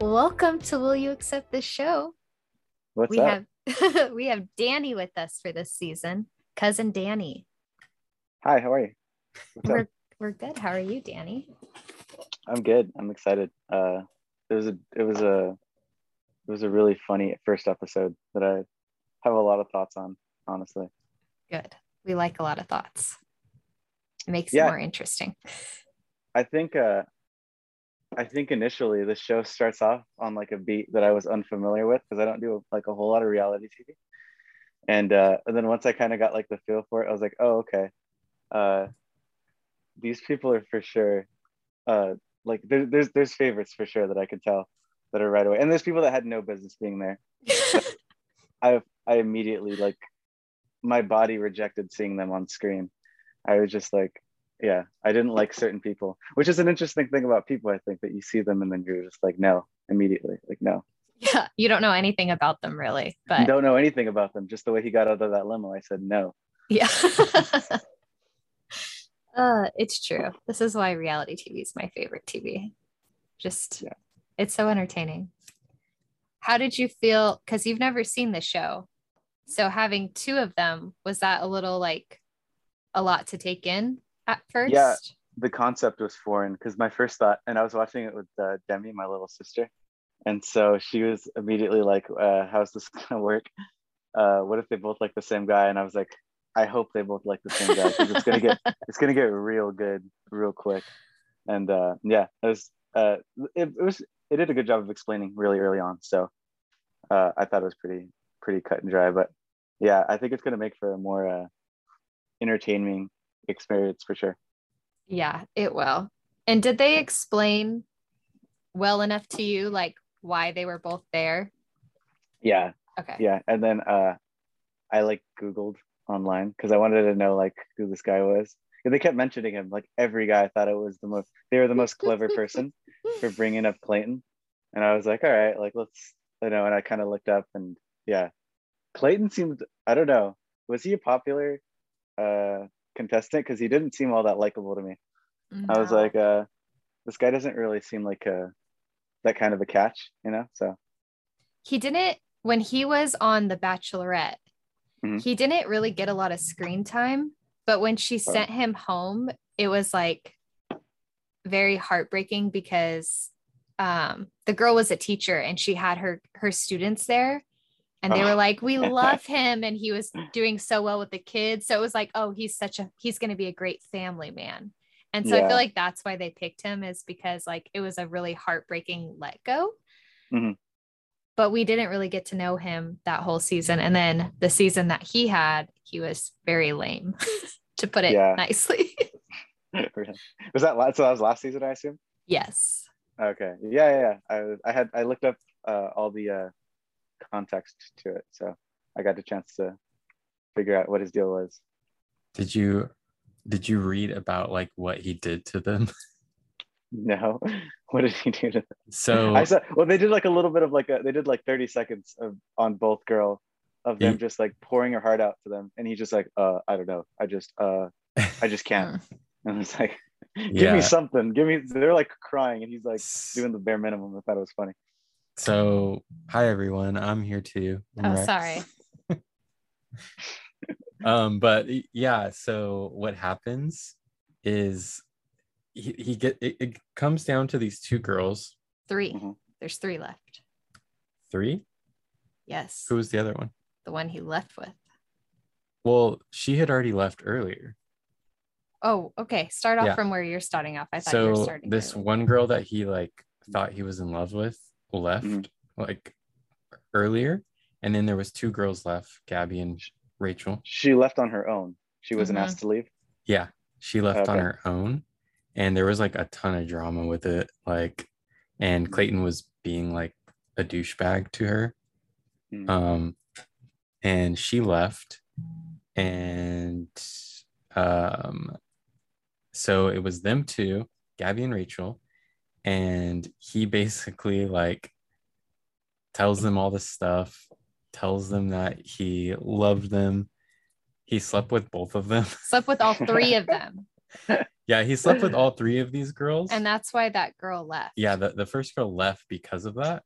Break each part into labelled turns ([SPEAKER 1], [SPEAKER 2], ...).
[SPEAKER 1] Welcome to Will You Accept This Show?
[SPEAKER 2] What's
[SPEAKER 1] we
[SPEAKER 2] up?
[SPEAKER 1] have we have Danny with us for this season. Cousin Danny.
[SPEAKER 2] Hi, how are you? What's up?
[SPEAKER 1] We're we're good. How are you, Danny?
[SPEAKER 2] I'm good. I'm excited. Uh, it was a it was a it was a really funny first episode that I have a lot of thoughts on. Honestly,
[SPEAKER 1] Good. We like a lot of thoughts. It makes
[SPEAKER 2] Yeah.
[SPEAKER 1] it more interesting.
[SPEAKER 2] I think uh, I think initially the show starts off on like a beat that I was unfamiliar with because I don't do like a whole lot of reality TV. And uh, and then once I kind of got like the feel for it, I was like, oh okay, uh, these people are for sure uh, like there, there's there's favorites for sure that I could tell that are right away, and there's people that had no business being there. I I immediately like my body rejected seeing them on screen. I was just like, yeah, I didn't like certain people, which is an interesting thing about people. I think that you see them and then you're just like, no, immediately, like no,
[SPEAKER 1] yeah. You don't know anything about them really,
[SPEAKER 2] you
[SPEAKER 1] but
[SPEAKER 2] don't know anything about them. Just the way he got out of that limo, I said no.
[SPEAKER 1] yeah. uh, it's true. This is why reality TV is my favorite TV. Just
[SPEAKER 2] Yeah.
[SPEAKER 1] it's so entertaining. How did you feel? Because you've never seen the show. So having two of them, was that a little like a lot to take in at first?
[SPEAKER 2] Yeah. The concept was foreign because my first thought, and I was watching it with uh, Demi, my little sister, and so she was immediately like, uh, "How's this gonna work? Uh, what if they both like the same guy?" And I was like, "I hope they both like the same guy because it's gonna get it's gonna get real good real quick and uh yeah it was uh it, it was it did a good job of explaining really early on so uh i thought it was pretty pretty cut and dry but yeah i think it's gonna make for a more uh entertaining experience for sure
[SPEAKER 1] Yeah, it will. And did they explain well enough to you like why they were both there?
[SPEAKER 2] yeah
[SPEAKER 1] Okay.
[SPEAKER 2] yeah and then uh i like googled online because i wanted to know like who this guy was and they kept mentioning him like every guy thought it was the most they were the most clever person for bringing up Clayton. And I was like, all right, like let's, you know, and I kind of looked up and yeah, Clayton seemed, I don't know, was he a popular uh, contestant? Because he didn't seem all that likable to me. I was
[SPEAKER 1] No.
[SPEAKER 2] like, uh, this guy doesn't really seem like a, that kind of a catch, you know? So
[SPEAKER 1] he didn't when he was on The Bachelorette,
[SPEAKER 2] Mhm.
[SPEAKER 1] he didn't really get a lot of screen time. But when she sent him home, it was like very heartbreaking because um, the girl was a teacher and she had her her students there, and they
[SPEAKER 2] Oh.
[SPEAKER 1] were like, "We love him," and he was doing so well with the kids. So it was like, "Oh, he's such a he's going to be a great family man." And so I
[SPEAKER 2] Yeah.
[SPEAKER 1] feel like that's why they picked him is because like it was a really heartbreaking let go but we didn't really get to know him that whole season. And then the season that he had, he was very lame, to put it
[SPEAKER 2] Yeah.
[SPEAKER 1] nicely.
[SPEAKER 2] was that, last, so that was last season, I assume?
[SPEAKER 1] yes.
[SPEAKER 2] Okay. Yeah. Yeah. yeah. I, was- I had, I looked up uh, all the uh, context to it. So I got a chance to figure out what his deal was.
[SPEAKER 3] Did you did you read about like what he did to them?
[SPEAKER 2] No. What did he do to
[SPEAKER 3] So
[SPEAKER 2] I saw. Well, they did like a little bit of like a. They did like thirty seconds of on both girl, of them
[SPEAKER 3] You-
[SPEAKER 2] just like pouring her heart out to them, and he's just like, uh, I don't know, I just, uh, I just can't. And it's like, give
[SPEAKER 3] Yeah.
[SPEAKER 2] me something, give me. They're like crying, and he's like
[SPEAKER 3] s-
[SPEAKER 2] doing the bare minimum. I thought it was funny.
[SPEAKER 3] so hi everyone, I'm here too. I'm
[SPEAKER 1] Oh,
[SPEAKER 3] Rex.
[SPEAKER 1] sorry.
[SPEAKER 3] Um, but y- yeah, so what happens is he, he get it, it comes down to these two girls,
[SPEAKER 1] Three.
[SPEAKER 2] Mhm.
[SPEAKER 1] There's three left.
[SPEAKER 3] three.
[SPEAKER 1] Yes.
[SPEAKER 3] Who was the other one?
[SPEAKER 1] the one he left with.
[SPEAKER 3] Well, she had already left earlier.
[SPEAKER 1] Oh, okay. Start off
[SPEAKER 3] Yeah.
[SPEAKER 1] from where you're starting off. I thought you were
[SPEAKER 3] so
[SPEAKER 1] starting.
[SPEAKER 3] this
[SPEAKER 1] early.
[SPEAKER 3] one girl that he like thought he was in love with left
[SPEAKER 2] Mhm.
[SPEAKER 3] like earlier and then there was two girls left gabby and rachel
[SPEAKER 2] She left on her own. She wasn't
[SPEAKER 1] Mhm.
[SPEAKER 2] asked to leave.
[SPEAKER 3] yeah she left on
[SPEAKER 2] Okay.
[SPEAKER 3] her own and there was like a ton of drama with it like and clayton was being like a douchebag to her
[SPEAKER 2] Mm.
[SPEAKER 3] um and she left and um so it was them two gabby and rachel and he basically like tells them all this stuff tells them that he loved them he slept with both of them
[SPEAKER 1] Slept with all three of them.
[SPEAKER 3] yeah, he slept with all three of these girls.
[SPEAKER 1] and that's why that girl left.
[SPEAKER 3] yeah, the, the first girl left because of that.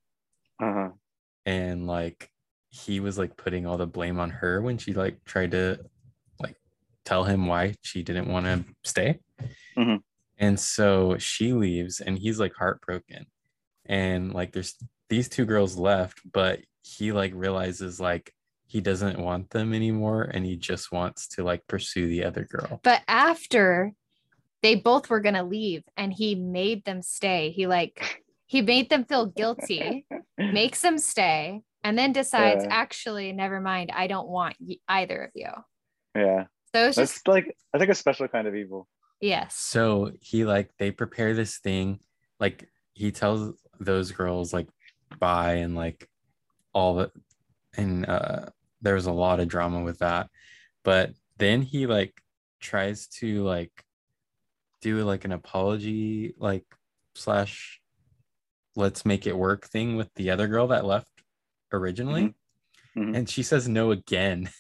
[SPEAKER 2] Uh-huh.
[SPEAKER 3] And like he was like putting all the blame on her when she like tried to like tell him why she didn't want to stay.
[SPEAKER 2] Mhm.
[SPEAKER 3] And so she leaves and he's like heartbroken. And like there's these two girls left, but he like realizes like he doesn't want them anymore and he just wants to like pursue the other girl.
[SPEAKER 1] But after they both were going to leave and he made them stay. He like he made them feel guilty, makes them stay, and then decides
[SPEAKER 2] Yeah.
[SPEAKER 1] actually never mind, I don't want y- either of you.
[SPEAKER 2] Yeah.
[SPEAKER 1] So it's
[SPEAKER 2] That's
[SPEAKER 1] just
[SPEAKER 2] like I think a special kind of evil.
[SPEAKER 1] yes.
[SPEAKER 3] So he like they prepare this thing, like he tells those girls like bye and like all the and uh there was a lot of drama with that. But then he like tries to like do like an apology like slash let's make it work thing with the other girl that left originally.
[SPEAKER 2] Mhm.
[SPEAKER 3] And she says no again.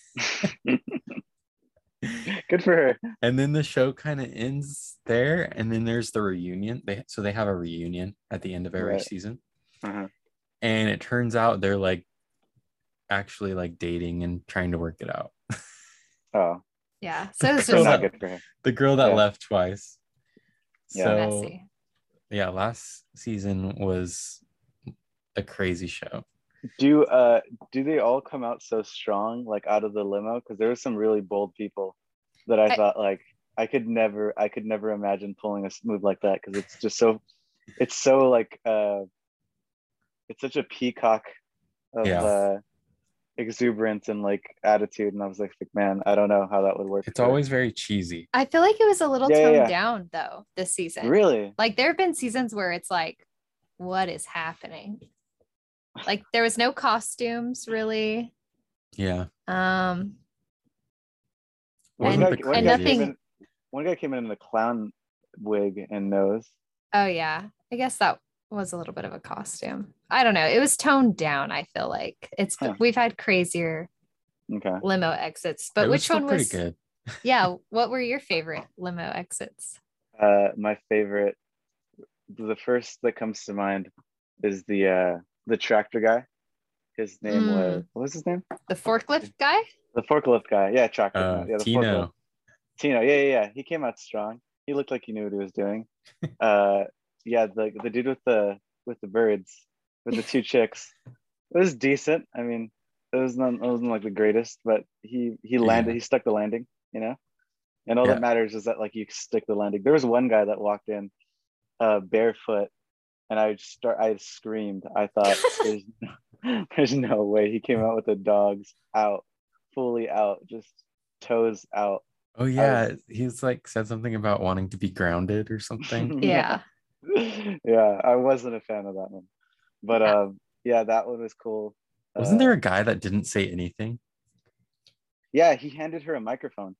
[SPEAKER 2] Good for her.
[SPEAKER 3] and then the show kind of ends there and then there's the reunion they so they have a reunion at the end of every
[SPEAKER 2] Right.
[SPEAKER 3] season
[SPEAKER 2] Uh-huh.
[SPEAKER 3] and it turns out they're like actually like dating and trying to work it out
[SPEAKER 2] Oh,
[SPEAKER 1] Yeah. So it's
[SPEAKER 3] So
[SPEAKER 1] just
[SPEAKER 2] not
[SPEAKER 3] that-
[SPEAKER 2] good for her.
[SPEAKER 3] the girl that
[SPEAKER 2] Yeah.
[SPEAKER 3] left twice
[SPEAKER 2] Yeah.
[SPEAKER 3] so
[SPEAKER 1] messy.
[SPEAKER 3] yeah last season was a crazy show
[SPEAKER 2] Do uh do they all come out so strong like out of the limo? Because there were some really bold people that I,
[SPEAKER 1] I-
[SPEAKER 2] thought like I could never I could never imagine pulling a s- move like that because it's just so it's so like uh it's such a peacock of
[SPEAKER 3] Yeah.
[SPEAKER 2] uh exuberance and like attitude and I was like man I don't know how that would work.
[SPEAKER 3] it's
[SPEAKER 2] for her.
[SPEAKER 3] always very cheesy
[SPEAKER 1] I feel like it was a little
[SPEAKER 2] Yeah, yeah,
[SPEAKER 1] toned
[SPEAKER 2] yeah.
[SPEAKER 1] down though this season.
[SPEAKER 2] really
[SPEAKER 1] Like there have been seasons where it's like, what is happening? Like there was no costumes really.
[SPEAKER 3] yeah
[SPEAKER 1] Um,
[SPEAKER 3] Wasn't
[SPEAKER 1] And-
[SPEAKER 3] the
[SPEAKER 2] guy, one
[SPEAKER 1] and
[SPEAKER 2] guy
[SPEAKER 3] craziest.
[SPEAKER 1] nothing-
[SPEAKER 2] came in, one guy came in in a clown wig and nose.
[SPEAKER 1] oh yeah, I guess that was a little bit of a costume. I don't know. It was toned down. I feel like it's
[SPEAKER 2] Huh.
[SPEAKER 1] we've had crazier
[SPEAKER 2] Okay.
[SPEAKER 1] limo exits,
[SPEAKER 3] It
[SPEAKER 1] but
[SPEAKER 3] was
[SPEAKER 1] which
[SPEAKER 3] still
[SPEAKER 1] one was?
[SPEAKER 3] pretty good
[SPEAKER 1] Yeah, what were your favorite limo exits?
[SPEAKER 2] Uh, my favorite, the first that comes to mind, is the uh, the tractor guy. His name
[SPEAKER 1] Mm.
[SPEAKER 2] was what was his name?
[SPEAKER 1] The forklift guy.
[SPEAKER 2] The forklift guy. Yeah, tractor.
[SPEAKER 3] uh,
[SPEAKER 2] yeah, the
[SPEAKER 3] tino
[SPEAKER 2] Tino. Yeah, yeah, yeah. He came out strong. He looked like he knew what he was doing. uh, yeah, the the dude with the with the birds with the two chicks. It was decent. I mean, it was not it wasn't like the greatest, but he he landed.
[SPEAKER 3] Yeah.
[SPEAKER 2] He stuck the landing. You know, and all
[SPEAKER 3] Yeah.
[SPEAKER 2] that matters is that like you stick the landing. There was one guy that walked in, uh, barefoot, and I just start. I screamed. I thought there's there's no way he came out with the dogs out, fully out, just toes out.
[SPEAKER 3] oh yeah he's like said something about wanting to be grounded or something
[SPEAKER 1] Yeah,
[SPEAKER 2] yeah, I wasn't a fan of that one, but
[SPEAKER 1] Yeah.
[SPEAKER 2] um, yeah, that one was cool.
[SPEAKER 3] wasn't
[SPEAKER 2] Uh,
[SPEAKER 3] there a guy that didn't say anything
[SPEAKER 2] Yeah, he handed her a microphone,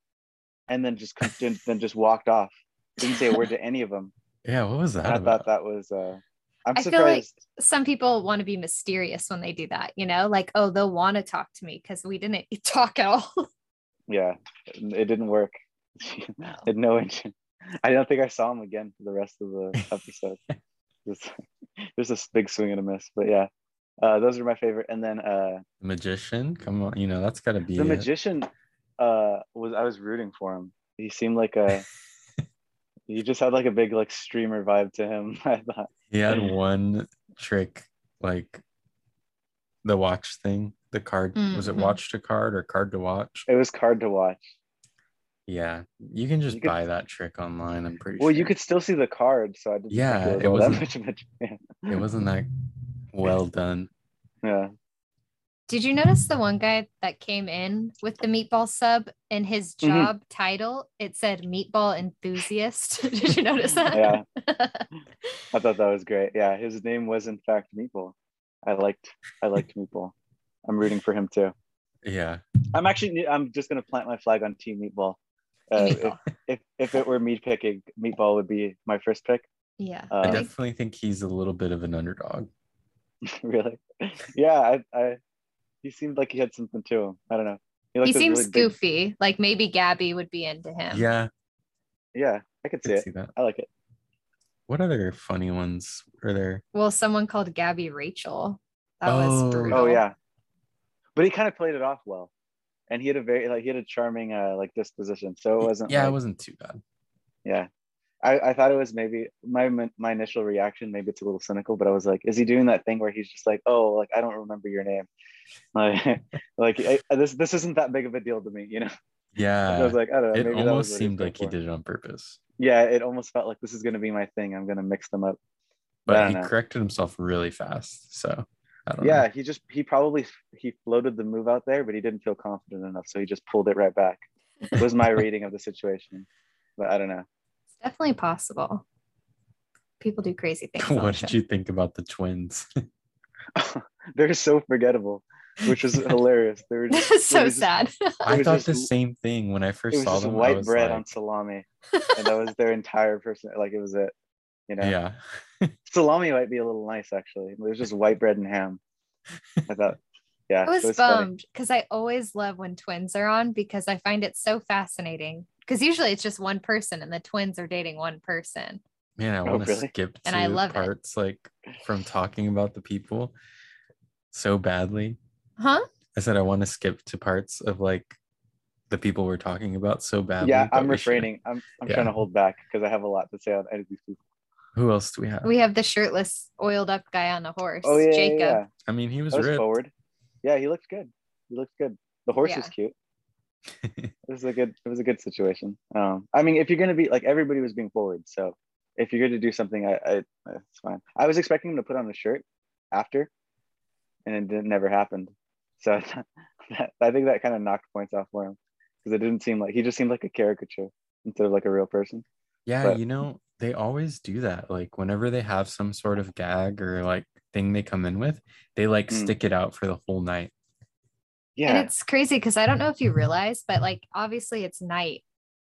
[SPEAKER 2] and then just con- then then just walked off. Didn't say a word to any of them.
[SPEAKER 3] yeah what was that
[SPEAKER 2] And I thought
[SPEAKER 3] about?
[SPEAKER 2] that was. Uh, I'm
[SPEAKER 1] I feel like-
[SPEAKER 2] surprised.
[SPEAKER 1] some people want to be mysterious when they do that. You know, like oh, they'll want to talk to me because we didn't talk at all.
[SPEAKER 2] Yeah, it didn't work. Had no engine. I don't think I saw him again for the rest of the episode. Just- There's this big swing and a miss, but yeah, uh, those are my favorite. And then uh,
[SPEAKER 3] The magician come on you know that's got to be
[SPEAKER 2] the
[SPEAKER 3] it.
[SPEAKER 2] magician uh was i was rooting for him he seemed like a he just had like a big like streamer vibe to him i thought
[SPEAKER 3] he had one trick like the watch thing the card was it
[SPEAKER 1] Mhm.
[SPEAKER 3] watch to card or card to watch
[SPEAKER 2] it was hard to watch
[SPEAKER 3] yeah you can just
[SPEAKER 2] You could-
[SPEAKER 3] buy that trick online i'm pretty
[SPEAKER 2] well
[SPEAKER 3] sure
[SPEAKER 2] you could still see the card so i didn't
[SPEAKER 3] Yeah,
[SPEAKER 2] think
[SPEAKER 3] it
[SPEAKER 2] it was all that
[SPEAKER 3] wasn't-
[SPEAKER 2] much of a yeah.
[SPEAKER 3] it wasn't that well done
[SPEAKER 2] yeah
[SPEAKER 1] Did you notice the one guy that came in with the meatball sub and his
[SPEAKER 2] Mhm.
[SPEAKER 1] job title? It said meatball enthusiast. Did you notice that?
[SPEAKER 2] yeah i thought that was great yeah his name was in fact meeple i liked i liked meeple i'm rooting for him too
[SPEAKER 3] yeah
[SPEAKER 2] i'm actually i'm just going to plant my flag on team meatball uh, if,
[SPEAKER 1] Meatball.
[SPEAKER 2] if, if it were me picking meatball would be my first pick
[SPEAKER 1] yeah.
[SPEAKER 2] uh,
[SPEAKER 3] i
[SPEAKER 1] I think-
[SPEAKER 3] definitely think he's a little bit of an underdog
[SPEAKER 2] really yeah I, I he seemed like he had something to him i don't know
[SPEAKER 1] he
[SPEAKER 2] looked
[SPEAKER 1] seems
[SPEAKER 2] really big-
[SPEAKER 1] goofy. Like maybe Gabby would be into him.
[SPEAKER 3] yeah
[SPEAKER 2] yeah I could see
[SPEAKER 3] I could
[SPEAKER 2] it.
[SPEAKER 3] see that.
[SPEAKER 2] I like it.
[SPEAKER 3] What other funny ones are there?
[SPEAKER 1] Well, someone called Gabby Rachel. That
[SPEAKER 3] Oh.
[SPEAKER 1] was brutal.
[SPEAKER 2] Oh yeah, but he kind of played it off well, and he had a very like he had a charming uh like disposition. So it wasn't.
[SPEAKER 3] Yeah,
[SPEAKER 2] like-
[SPEAKER 3] it wasn't too bad.
[SPEAKER 2] Yeah. I, I thought it was maybe my my initial reaction. Maybe it's a little cynical, but I was like, "Is he doing that thing where he's just like, oh, like I don't remember your name, like, like I, this this isn't that big of a deal to me, you know?" I
[SPEAKER 3] Yeah,
[SPEAKER 2] was like, "I don't know."
[SPEAKER 3] Uh, it
[SPEAKER 2] maybe that was
[SPEAKER 3] almost
[SPEAKER 2] what
[SPEAKER 3] seemed
[SPEAKER 2] going
[SPEAKER 3] like he
[SPEAKER 2] for.
[SPEAKER 3] did it on purpose,
[SPEAKER 2] Yeah, it almost felt like this is gonna be my thing. I'm gonna mix them up.
[SPEAKER 3] but
[SPEAKER 2] don't
[SPEAKER 3] he
[SPEAKER 2] know.
[SPEAKER 3] corrected himself really fast. So I don't
[SPEAKER 2] Yeah,
[SPEAKER 3] know.
[SPEAKER 2] he just he probably he floated the move out there, but he didn't feel confident enough, so he just pulled it right back. was my reading of the situation, but I don't know.
[SPEAKER 1] It's definitely possible. People do crazy things. on
[SPEAKER 3] What
[SPEAKER 1] the
[SPEAKER 3] did
[SPEAKER 1] show.
[SPEAKER 3] you think about the twins?
[SPEAKER 2] They're so forgettable, which was hilarious. They were just
[SPEAKER 1] That's so
[SPEAKER 2] they were just
[SPEAKER 1] sad.
[SPEAKER 3] I
[SPEAKER 2] was
[SPEAKER 3] thought
[SPEAKER 2] just
[SPEAKER 3] the
[SPEAKER 2] w-
[SPEAKER 3] same thing when I first
[SPEAKER 2] it was
[SPEAKER 3] saw
[SPEAKER 2] just
[SPEAKER 3] them. I
[SPEAKER 2] white
[SPEAKER 3] was
[SPEAKER 2] bread
[SPEAKER 3] like,
[SPEAKER 2] on salami and that was their entire person like it was it you know
[SPEAKER 3] Yeah,
[SPEAKER 2] salami might be a little nice actually it was just white bread and ham i thought yeah
[SPEAKER 1] I was,
[SPEAKER 2] it funny.
[SPEAKER 1] bummed because I always love when twins are on because I find it so fascinating. Because usually it's just one person and the twins are dating one person.
[SPEAKER 3] man, I
[SPEAKER 2] Oh,
[SPEAKER 3] want to
[SPEAKER 2] really?
[SPEAKER 3] skip to
[SPEAKER 1] And I love it.
[SPEAKER 3] parts like from talking about the people so badly.
[SPEAKER 1] Huh?
[SPEAKER 3] I said I want to skip to parts of like the people we're talking about so badly.
[SPEAKER 2] yeah
[SPEAKER 3] but
[SPEAKER 2] i'm
[SPEAKER 3] we should.
[SPEAKER 2] refraining i'm, I'm
[SPEAKER 3] Yeah.
[SPEAKER 2] trying to hold back because i have a lot to say on any of these people
[SPEAKER 3] Who else do we have?
[SPEAKER 1] We have the shirtless, oiled up guy on the horse,
[SPEAKER 2] oh yeah yeah,
[SPEAKER 1] Jacob.
[SPEAKER 2] yeah.
[SPEAKER 3] I mean, he was
[SPEAKER 2] that was
[SPEAKER 3] ripped.
[SPEAKER 2] forward yeah he looked good he looked good the horse was
[SPEAKER 1] Yeah.
[SPEAKER 2] cute it was a good it was a good situation um i mean if you're gonna be like everybody was being forward so if you're gonna do something i, I it's fine i was expecting him to put on a shirt after and it didn't, never happened so I, thought that, I think that kind of knocked points off for him because it didn't seem like he just seemed like a caricature instead of like a real person
[SPEAKER 3] Yeah,
[SPEAKER 2] But-
[SPEAKER 3] you know, they always do that. Like whenever they have some sort of gag or like thing they come in with, they like
[SPEAKER 2] Mm.
[SPEAKER 3] stick it out for the whole night.
[SPEAKER 2] yeah
[SPEAKER 1] And it's crazy because I don't know if you realize, but like obviously it's night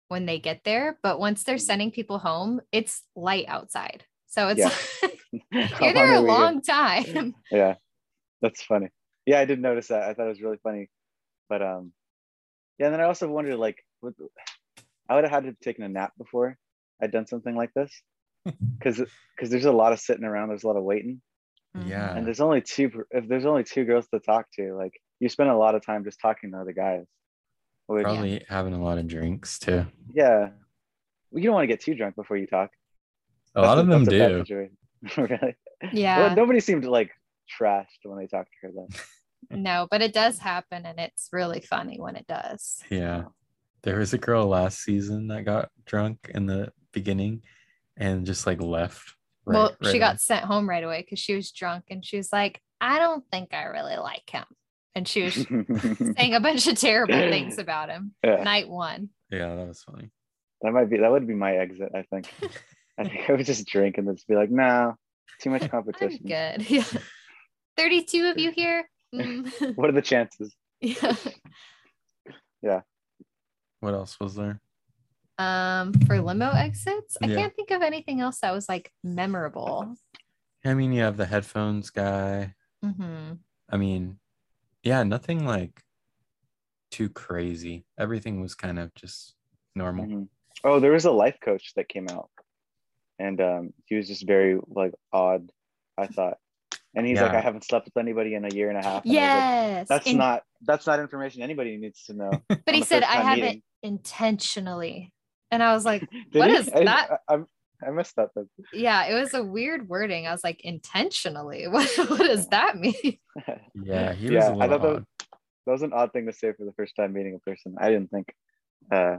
[SPEAKER 1] when they get there, but once they're
[SPEAKER 2] Mhm.
[SPEAKER 1] sending people home, it's light outside. So it's
[SPEAKER 2] Yeah.
[SPEAKER 1] like,
[SPEAKER 2] How
[SPEAKER 1] you're there a
[SPEAKER 2] long are we
[SPEAKER 1] long time.
[SPEAKER 2] yeah that's funny yeah i did notice that i thought it was really funny but um yeah and then i also wondered like what, i would have had to have taken a nap before i'd done something like this because because there's a lot of sitting around there's a lot of waiting
[SPEAKER 1] Mm-hmm.
[SPEAKER 3] Yeah.
[SPEAKER 2] and there's only two if there's only two girls to talk to like you spend a lot of time just talking to other guys which,
[SPEAKER 3] Probably having a lot of drinks too.
[SPEAKER 2] yeah you don't want to get too drunk before you talk
[SPEAKER 3] A lot of them do.
[SPEAKER 2] do really
[SPEAKER 1] Yeah.
[SPEAKER 2] well nobody seemed like trashed when they talked to her though
[SPEAKER 1] no, but it does happen and it's really funny when it does.
[SPEAKER 3] Yeah. There was a girl last season that got drunk in the beginning and just like left. right-
[SPEAKER 1] well,
[SPEAKER 3] right
[SPEAKER 1] she got
[SPEAKER 3] away.
[SPEAKER 1] sent home right away because she was drunk and she was like, I don't think I really like him. And she was saying a bunch of terrible things about him.
[SPEAKER 2] yeah.
[SPEAKER 1] Night one.
[SPEAKER 3] Yeah, that was funny.
[SPEAKER 2] That might be that would be my exit, I think. I think I would just drink and just be like, no, too much
[SPEAKER 1] I'm
[SPEAKER 2] competition.
[SPEAKER 1] good. Yeah. 32 of you here. Mm.
[SPEAKER 2] What are the chances?
[SPEAKER 1] yeah.
[SPEAKER 3] What else was there?
[SPEAKER 1] Um, for limo exits, I
[SPEAKER 3] Yeah.
[SPEAKER 1] can't think of anything else that was like memorable.
[SPEAKER 3] I mean, you have the headphones guy.
[SPEAKER 1] hmm
[SPEAKER 3] I mean, yeah, nothing like too crazy. Everything was kind of just normal.
[SPEAKER 2] Mhm. Oh, there was a life coach that came out. And um, he was just very like odd, I thought. And he's like,
[SPEAKER 3] Yeah.
[SPEAKER 2] I haven't slept with anybody in a year and a half. And I was like,
[SPEAKER 1] Yes.
[SPEAKER 2] That's
[SPEAKER 1] in-
[SPEAKER 2] not that's not information anybody needs to know.
[SPEAKER 1] but he
[SPEAKER 2] the
[SPEAKER 1] said
[SPEAKER 2] first
[SPEAKER 1] I
[SPEAKER 2] time
[SPEAKER 1] haven't
[SPEAKER 2] meeting."
[SPEAKER 1] intentionally. And I was like,
[SPEAKER 2] Did
[SPEAKER 1] What
[SPEAKER 2] he?
[SPEAKER 1] is
[SPEAKER 2] I didn't-
[SPEAKER 1] that?
[SPEAKER 2] I, I'm- I missed that. Then.
[SPEAKER 1] yeah, it was a weird wording. I was like, intentionally. What what does that mean?
[SPEAKER 2] that
[SPEAKER 3] Yeah, he
[SPEAKER 2] Mm-hmm. Yeah,
[SPEAKER 3] was
[SPEAKER 2] I thought
[SPEAKER 3] a little
[SPEAKER 2] that-
[SPEAKER 3] odd.
[SPEAKER 2] was an odd thing to say for the first time meeting a person. I didn't think uh,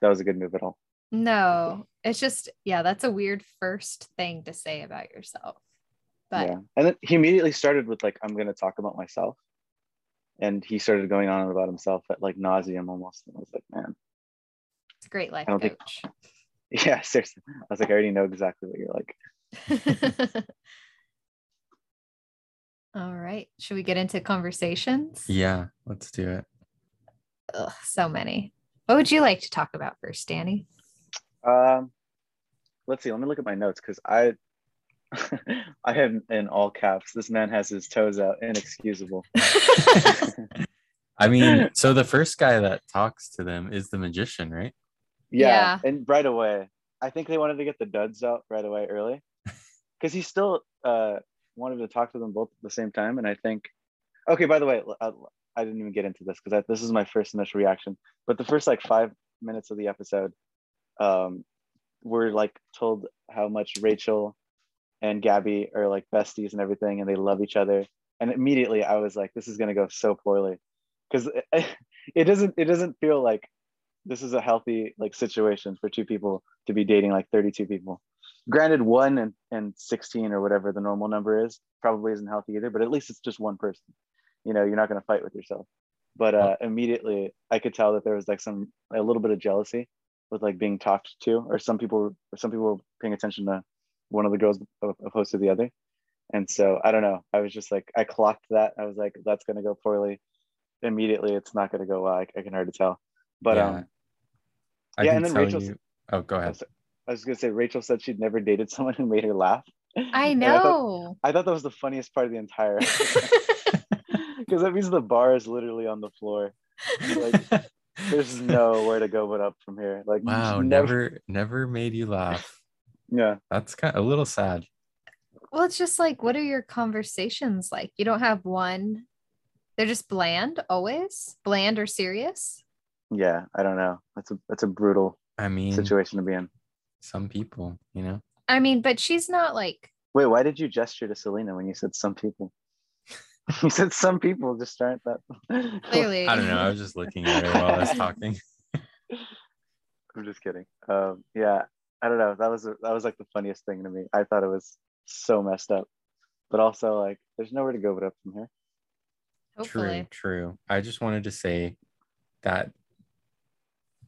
[SPEAKER 2] that was a good move at all.
[SPEAKER 1] No. It's just yeah, that's a weird first thing to say about yourself. But
[SPEAKER 2] yeah. And then he immediately started with like, I'm gonna talk about myself. And he started going on about himself at like nauseum almost. And I was like, man,
[SPEAKER 1] it's a great life
[SPEAKER 2] I don't think-
[SPEAKER 1] coach.
[SPEAKER 2] yeah, seriously. I was like, I already know exactly what you're like.
[SPEAKER 1] All right. Should we get into conversations?
[SPEAKER 3] Yeah, let's do it.
[SPEAKER 1] Ugh, so many. What would you like to talk about first, Danny?
[SPEAKER 2] Um, let's see, let me look at my notes because I I have in all caps, this man has his toes out, inexcusable.
[SPEAKER 3] I mean, so the first guy that talks to them is the magician, right?
[SPEAKER 2] Yeah,
[SPEAKER 1] Yeah.
[SPEAKER 2] And right away, I think they wanted to get the duds out right away early because he still uh, wanted to talk to them both at the same time. And I think, okay, by the way, I, I didn't even get into this because this is my first initial reaction. But the first like five minutes of the episode, um, we're like told how much Rachel and Gabby are like besties and everything, and they love each other. And immediately I was like, this is gonna go so poorly because it, it doesn't it doesn't feel like this is a healthy like situation for two people to be dating like 32 people granted one and, and 16 or whatever the normal number is probably isn't healthy either but at least it's just one person you know you're not going to fight with yourself but uh, immediately i could tell that there was like some a little bit of jealousy with like being talked to or some people or some people were paying attention to one of the girls opposed to the other and so i don't know i was just like i clocked that i was like that's going to go poorly immediately it's not going to go well I, I, can already tell but
[SPEAKER 3] Yeah.
[SPEAKER 2] um
[SPEAKER 3] I
[SPEAKER 2] yeah
[SPEAKER 3] can
[SPEAKER 2] and then
[SPEAKER 3] tell
[SPEAKER 2] rachel
[SPEAKER 3] you- Oh, go ahead.
[SPEAKER 2] I was gonna say Rachel said she'd never dated someone who made her laugh.
[SPEAKER 1] I
[SPEAKER 2] And I thought,
[SPEAKER 1] know.
[SPEAKER 2] I thought that was the funniest part of the entire because that means the bar is literally on the floor. Like, there's nowhere to go but up from here. Like
[SPEAKER 3] Wow,
[SPEAKER 2] no-
[SPEAKER 3] never, never made you laugh.
[SPEAKER 2] Yeah,
[SPEAKER 3] That's kind of a little sad.
[SPEAKER 1] well, it's just like, what are your conversations like? You don't have one. They're just bland, always bland or serious.
[SPEAKER 2] yeah. I don't know. That's a that's a brutal
[SPEAKER 3] I mean,
[SPEAKER 2] situation to be in.
[SPEAKER 3] some people, you know.
[SPEAKER 1] I mean, but she's not like
[SPEAKER 2] Wait, why did you gesture to Selena when you said some people? you said some people just aren't that.
[SPEAKER 1] clearly.
[SPEAKER 3] I don't know. I was just looking at her while I was talking.
[SPEAKER 2] I'm just kidding. Um, yeah, I don't know. That was that was like the funniest thing to me. I thought it was so messed up, but also like, there's nowhere to go but up from here.
[SPEAKER 1] Hopefully.
[SPEAKER 3] True, true. I just wanted to say that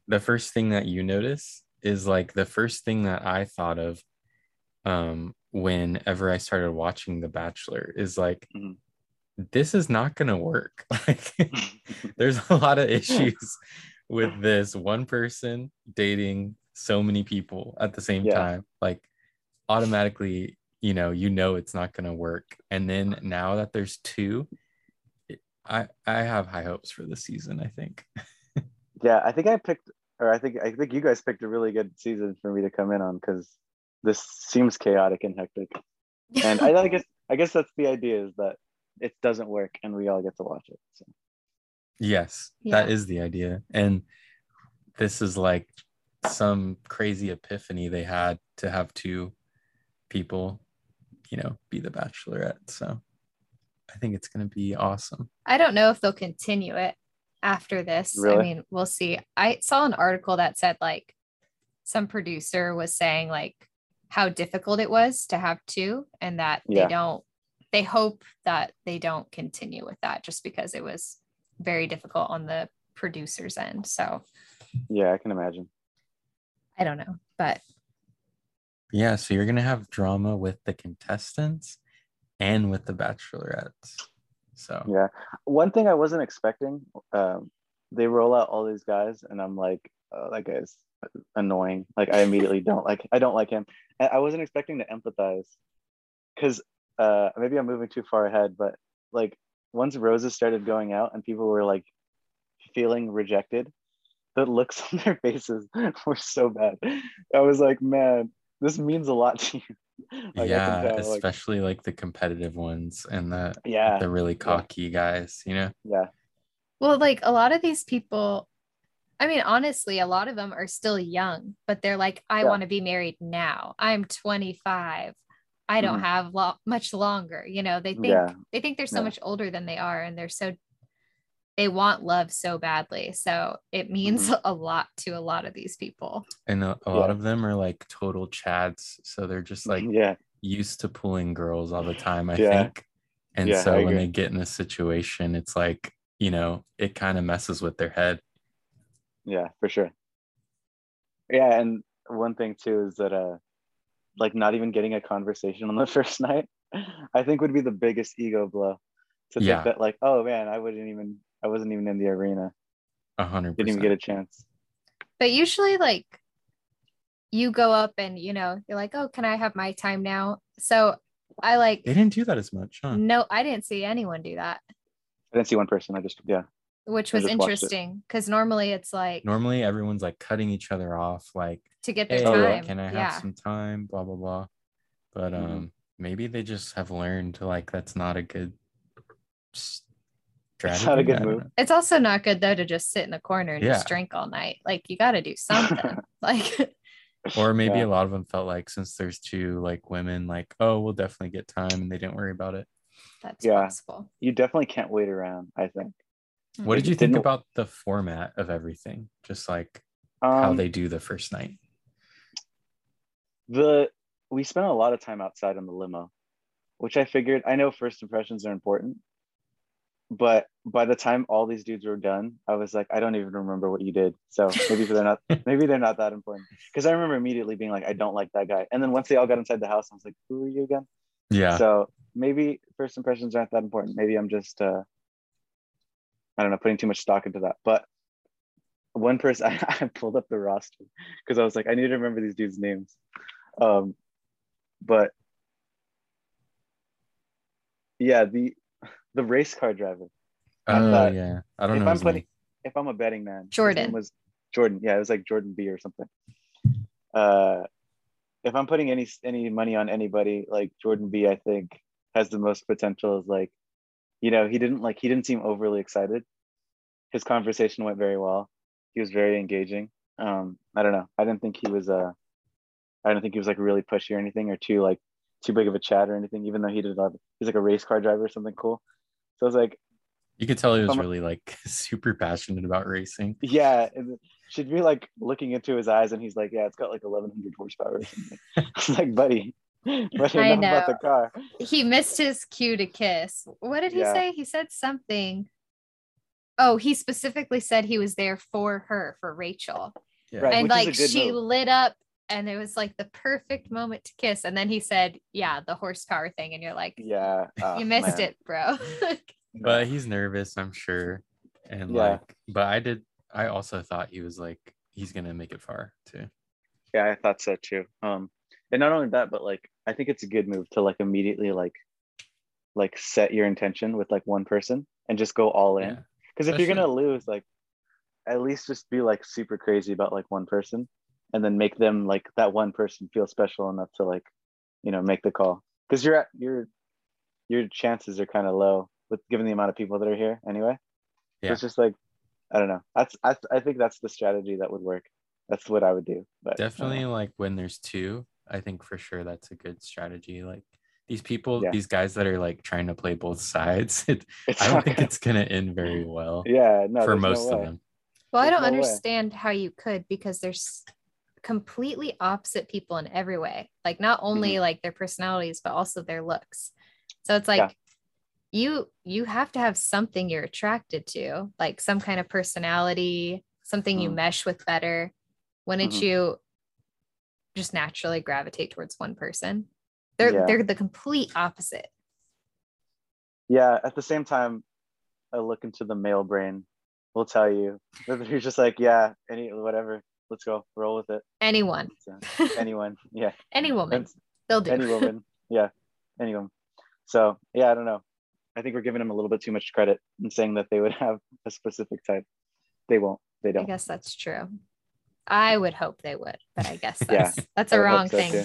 [SPEAKER 3] the first thing that you notice is like the first thing that I thought of um whenever I started watching The Bachelor is like
[SPEAKER 2] Mhm.
[SPEAKER 3] this is not gonna work. Like there's a lot of issues with this one person dating so many people at the same
[SPEAKER 2] Yeah.
[SPEAKER 3] time. Like automatically, you know, you know it's not gonna work. And then now that there's two, it- I I have high hopes for this season. I think.
[SPEAKER 2] yeah, I think I picked, or I think I think you guys picked a really good season for me to come in on because this seems chaotic and hectic. And I, I guess I guess that's the idea is that it doesn't work and we all get to watch it. So.
[SPEAKER 3] Yes, that
[SPEAKER 1] Yeah.
[SPEAKER 3] is the idea. And this is like some crazy epiphany they had to have two people, you know, be the bachelorette. So I think it's going to be awesome.
[SPEAKER 1] I don't know if they'll continue it after this. I
[SPEAKER 2] Really?
[SPEAKER 1] mean, we'll see. I saw an article that said like some producer was saying like how difficult it was to have two and that
[SPEAKER 2] Yeah.
[SPEAKER 1] they don't they hope that they don't continue with that just because it was very difficult on the producer's end. So
[SPEAKER 2] Yeah, I can imagine.
[SPEAKER 1] I don't know, but
[SPEAKER 3] Yeah, so you're going to have drama with the contestants and with the bachelorettes. So
[SPEAKER 2] Yeah. One thing I wasn't expecting, um, they roll out all these guys, and I'm like, oh, that guy's annoying. Like, I immediately don't like, I don't like him. And I wasn't expecting to empathize because uh, maybe I'm moving too far ahead, but like, once roses started going out and people were like feeling rejected, the looks on their faces were so bad. I was like, man, this means a lot to you. Like, I can
[SPEAKER 3] yeah,
[SPEAKER 2] tell, like-
[SPEAKER 3] especially like the competitive ones and the
[SPEAKER 2] yeah,
[SPEAKER 3] the really cocky guys, you know.
[SPEAKER 2] yeah.
[SPEAKER 1] Well, like a lot of these people, I mean, honestly, a lot of them are still young, but they're like, I
[SPEAKER 2] Yeah.
[SPEAKER 1] want to be married now. I'm 25. I don't
[SPEAKER 2] Mhm.
[SPEAKER 1] have lo- much longer. You know, they think
[SPEAKER 2] Yeah.
[SPEAKER 1] they think they're so
[SPEAKER 2] Yeah.
[SPEAKER 1] much older than they are, and they're so they want love so badly. So it means
[SPEAKER 2] Mm-hmm.
[SPEAKER 1] a lot to a lot of these people.
[SPEAKER 3] And a, a
[SPEAKER 2] Yeah.
[SPEAKER 3] lot
[SPEAKER 2] Mm-hmm.
[SPEAKER 3] of them are like total chads, so they're just like
[SPEAKER 2] yeah.
[SPEAKER 3] used to pulling girls all the time, I
[SPEAKER 2] Yeah.
[SPEAKER 3] think. And
[SPEAKER 2] Yeah,
[SPEAKER 3] so
[SPEAKER 2] I
[SPEAKER 3] when
[SPEAKER 2] agree.
[SPEAKER 3] they get in this situation, it's like, you know, it kind of messes with their head.
[SPEAKER 2] yeah for sure yeah and one thing too is that uh like not even getting a conversation on the first night i think would be the biggest ego blow to
[SPEAKER 3] Yeah.
[SPEAKER 2] think that like oh man i wouldn't even i wasn't even in the arena
[SPEAKER 3] A hundred
[SPEAKER 2] didn't even get
[SPEAKER 3] percent.
[SPEAKER 2] a chance
[SPEAKER 1] But usually, like, you go up and you know, you're like, oh, can I have my time now? So I like,
[SPEAKER 3] They didn't do that as much, huh?
[SPEAKER 1] no, I didn't see anyone do that.
[SPEAKER 2] i didn't see one person i just yeah
[SPEAKER 1] which
[SPEAKER 2] I
[SPEAKER 1] was
[SPEAKER 2] just watched it.
[SPEAKER 1] interesting because normally it's like
[SPEAKER 3] Normally everyone's like cutting each other off, like
[SPEAKER 1] to get
[SPEAKER 3] hey,
[SPEAKER 1] their time.
[SPEAKER 3] can I have
[SPEAKER 1] yeah. Mm-hmm.
[SPEAKER 3] some time? Blah blah blah. But
[SPEAKER 2] Mhm.
[SPEAKER 3] um, maybe they just have learned like that's not a good s- strategy.
[SPEAKER 2] not a good
[SPEAKER 3] I don't
[SPEAKER 2] move.
[SPEAKER 3] know.
[SPEAKER 1] It's also not good though to just sit in the corner and just
[SPEAKER 3] Yeah.
[SPEAKER 1] drink all night. Like you got to do something. like
[SPEAKER 3] Or maybe
[SPEAKER 2] Yeah.
[SPEAKER 3] a lot of them felt like since there's two like women, like oh, we'll definitely get time, and they didn't worry about it.
[SPEAKER 1] that's
[SPEAKER 2] Yeah.
[SPEAKER 1] possible. Hmm.
[SPEAKER 2] You definitely can't wait around. I think.
[SPEAKER 1] Mm-hmm.
[SPEAKER 3] What
[SPEAKER 2] They
[SPEAKER 3] did you
[SPEAKER 2] just
[SPEAKER 3] think
[SPEAKER 2] didn't-
[SPEAKER 3] about the format of everything? Just like
[SPEAKER 2] Um,
[SPEAKER 3] how they do the first night.
[SPEAKER 2] the we spent a lot of time outside in the limo which i figured i know first impressions are important but by the time all these dudes were done i was like i don't even remember what you did so maybe they're not maybe they're not that important because i remember immediately being like i don't like that guy and then once they all got inside the house i was like who are you again
[SPEAKER 3] Yeah.
[SPEAKER 2] so maybe first impressions aren't that important maybe i'm just uh i don't know putting too much stock into that but one person i, I pulled up the roster because i was like i need to remember these dudes names um but yeah the the race car driver I
[SPEAKER 3] oh
[SPEAKER 2] thought-
[SPEAKER 3] yeah. I don't
[SPEAKER 2] if
[SPEAKER 3] know.
[SPEAKER 2] I'm
[SPEAKER 3] his name.
[SPEAKER 2] putting- if i'm a betting man his
[SPEAKER 1] Jordan.
[SPEAKER 2] name was jordan yeah it was like jordan b or something uh if i'm putting any any money on anybody like jordan b i think has the most potential is like you know he didn't like he didn't seem overly excited his conversation went very well he was very engaging um i don't know i didn't think he was uh i don't think he was like really pushy or anything or too like too big of a chat or anything even though he did love he's like a race car driver or something cool so i was like
[SPEAKER 3] You could tell he was
[SPEAKER 2] Some-
[SPEAKER 3] really like super passionate about racing.
[SPEAKER 2] yeah and should be like looking into his eyes and he's like yeah it's got like 1100 horsepower or something It's like buddy buddy
[SPEAKER 1] I
[SPEAKER 2] enough about
[SPEAKER 1] know.
[SPEAKER 2] the car
[SPEAKER 1] He missed his cue to kiss. What did he
[SPEAKER 2] Yeah.
[SPEAKER 1] say? He said something. Oh, he specifically said he was there for her, for Rachel.
[SPEAKER 3] Yeah.
[SPEAKER 2] Right.
[SPEAKER 1] and
[SPEAKER 2] which is a
[SPEAKER 1] like
[SPEAKER 2] good
[SPEAKER 1] she
[SPEAKER 2] move.
[SPEAKER 1] lit up and it was like the perfect moment to kiss. And then he said, Yeah, the horsepower thing. And you're like,
[SPEAKER 2] yeah oh,
[SPEAKER 1] You missed
[SPEAKER 2] man.
[SPEAKER 1] it, bro.
[SPEAKER 3] But he's nervous, I'm sure. And
[SPEAKER 2] Yeah.
[SPEAKER 3] like, but I did. I also thought he was like he's gonna make it far too.
[SPEAKER 2] Yeah, I thought so too. Um, and not only that, but like I think it's a good move to like immediately like like set your intention with like one person and just go all in.
[SPEAKER 3] Yeah.
[SPEAKER 2] Because if you're gonna
[SPEAKER 3] Especially-
[SPEAKER 2] lose, like at least just be like super crazy about like one person and then make them like that one person feel special enough to like, you know, make the call. Because you're at your your chances are kind of low with given the amount of people that are here anyway. So
[SPEAKER 3] Yeah.
[SPEAKER 2] It's just like I don't know. That's I, I think that's the strategy that would work. That's what I would do. But I don't know.
[SPEAKER 3] Definitely, like when there's two, I think for sure that's a good strategy. Like these people,
[SPEAKER 2] Yeah.
[SPEAKER 3] these guys that are like trying to play both sides, it,
[SPEAKER 2] It's
[SPEAKER 3] I don't
[SPEAKER 2] not
[SPEAKER 3] think
[SPEAKER 2] gonna-
[SPEAKER 3] it's gonna end very well
[SPEAKER 2] yeah no,
[SPEAKER 3] for
[SPEAKER 2] there's no
[SPEAKER 3] most of
[SPEAKER 2] way.
[SPEAKER 3] them.
[SPEAKER 1] well, I
[SPEAKER 2] There's
[SPEAKER 1] don't
[SPEAKER 2] no way.
[SPEAKER 1] understand how you could because there's completely opposite people in every way. Like not only like their personalities, but also their looks. So it's like
[SPEAKER 2] Mm-hmm. Yeah.
[SPEAKER 1] you you have to have something you're attracted to, like some kind of personality, something you
[SPEAKER 2] Mhm.
[SPEAKER 1] mesh with better. Wouldn't
[SPEAKER 2] Mhm.
[SPEAKER 1] you just naturally gravitate towards one person? They're
[SPEAKER 2] Yeah.
[SPEAKER 1] they're the complete opposite.
[SPEAKER 2] yeah at the same time a look into the male brain will tell you that you're just like yeah any whatever let's go roll with it
[SPEAKER 1] Anyone,
[SPEAKER 2] So, anyone yeah
[SPEAKER 1] any woman,
[SPEAKER 2] and
[SPEAKER 1] they'll do.
[SPEAKER 2] any woman yeah any woman so yeah i don't know i think we're giving them a little bit too much credit in saying that they would have a specific type they won't they
[SPEAKER 1] I
[SPEAKER 2] don't
[SPEAKER 1] guess that's true. I would hope they would, but I guess
[SPEAKER 2] Yeah,
[SPEAKER 1] that's that's
[SPEAKER 2] I
[SPEAKER 1] a
[SPEAKER 2] would hope
[SPEAKER 1] wrong
[SPEAKER 2] so,
[SPEAKER 1] thing.
[SPEAKER 2] too.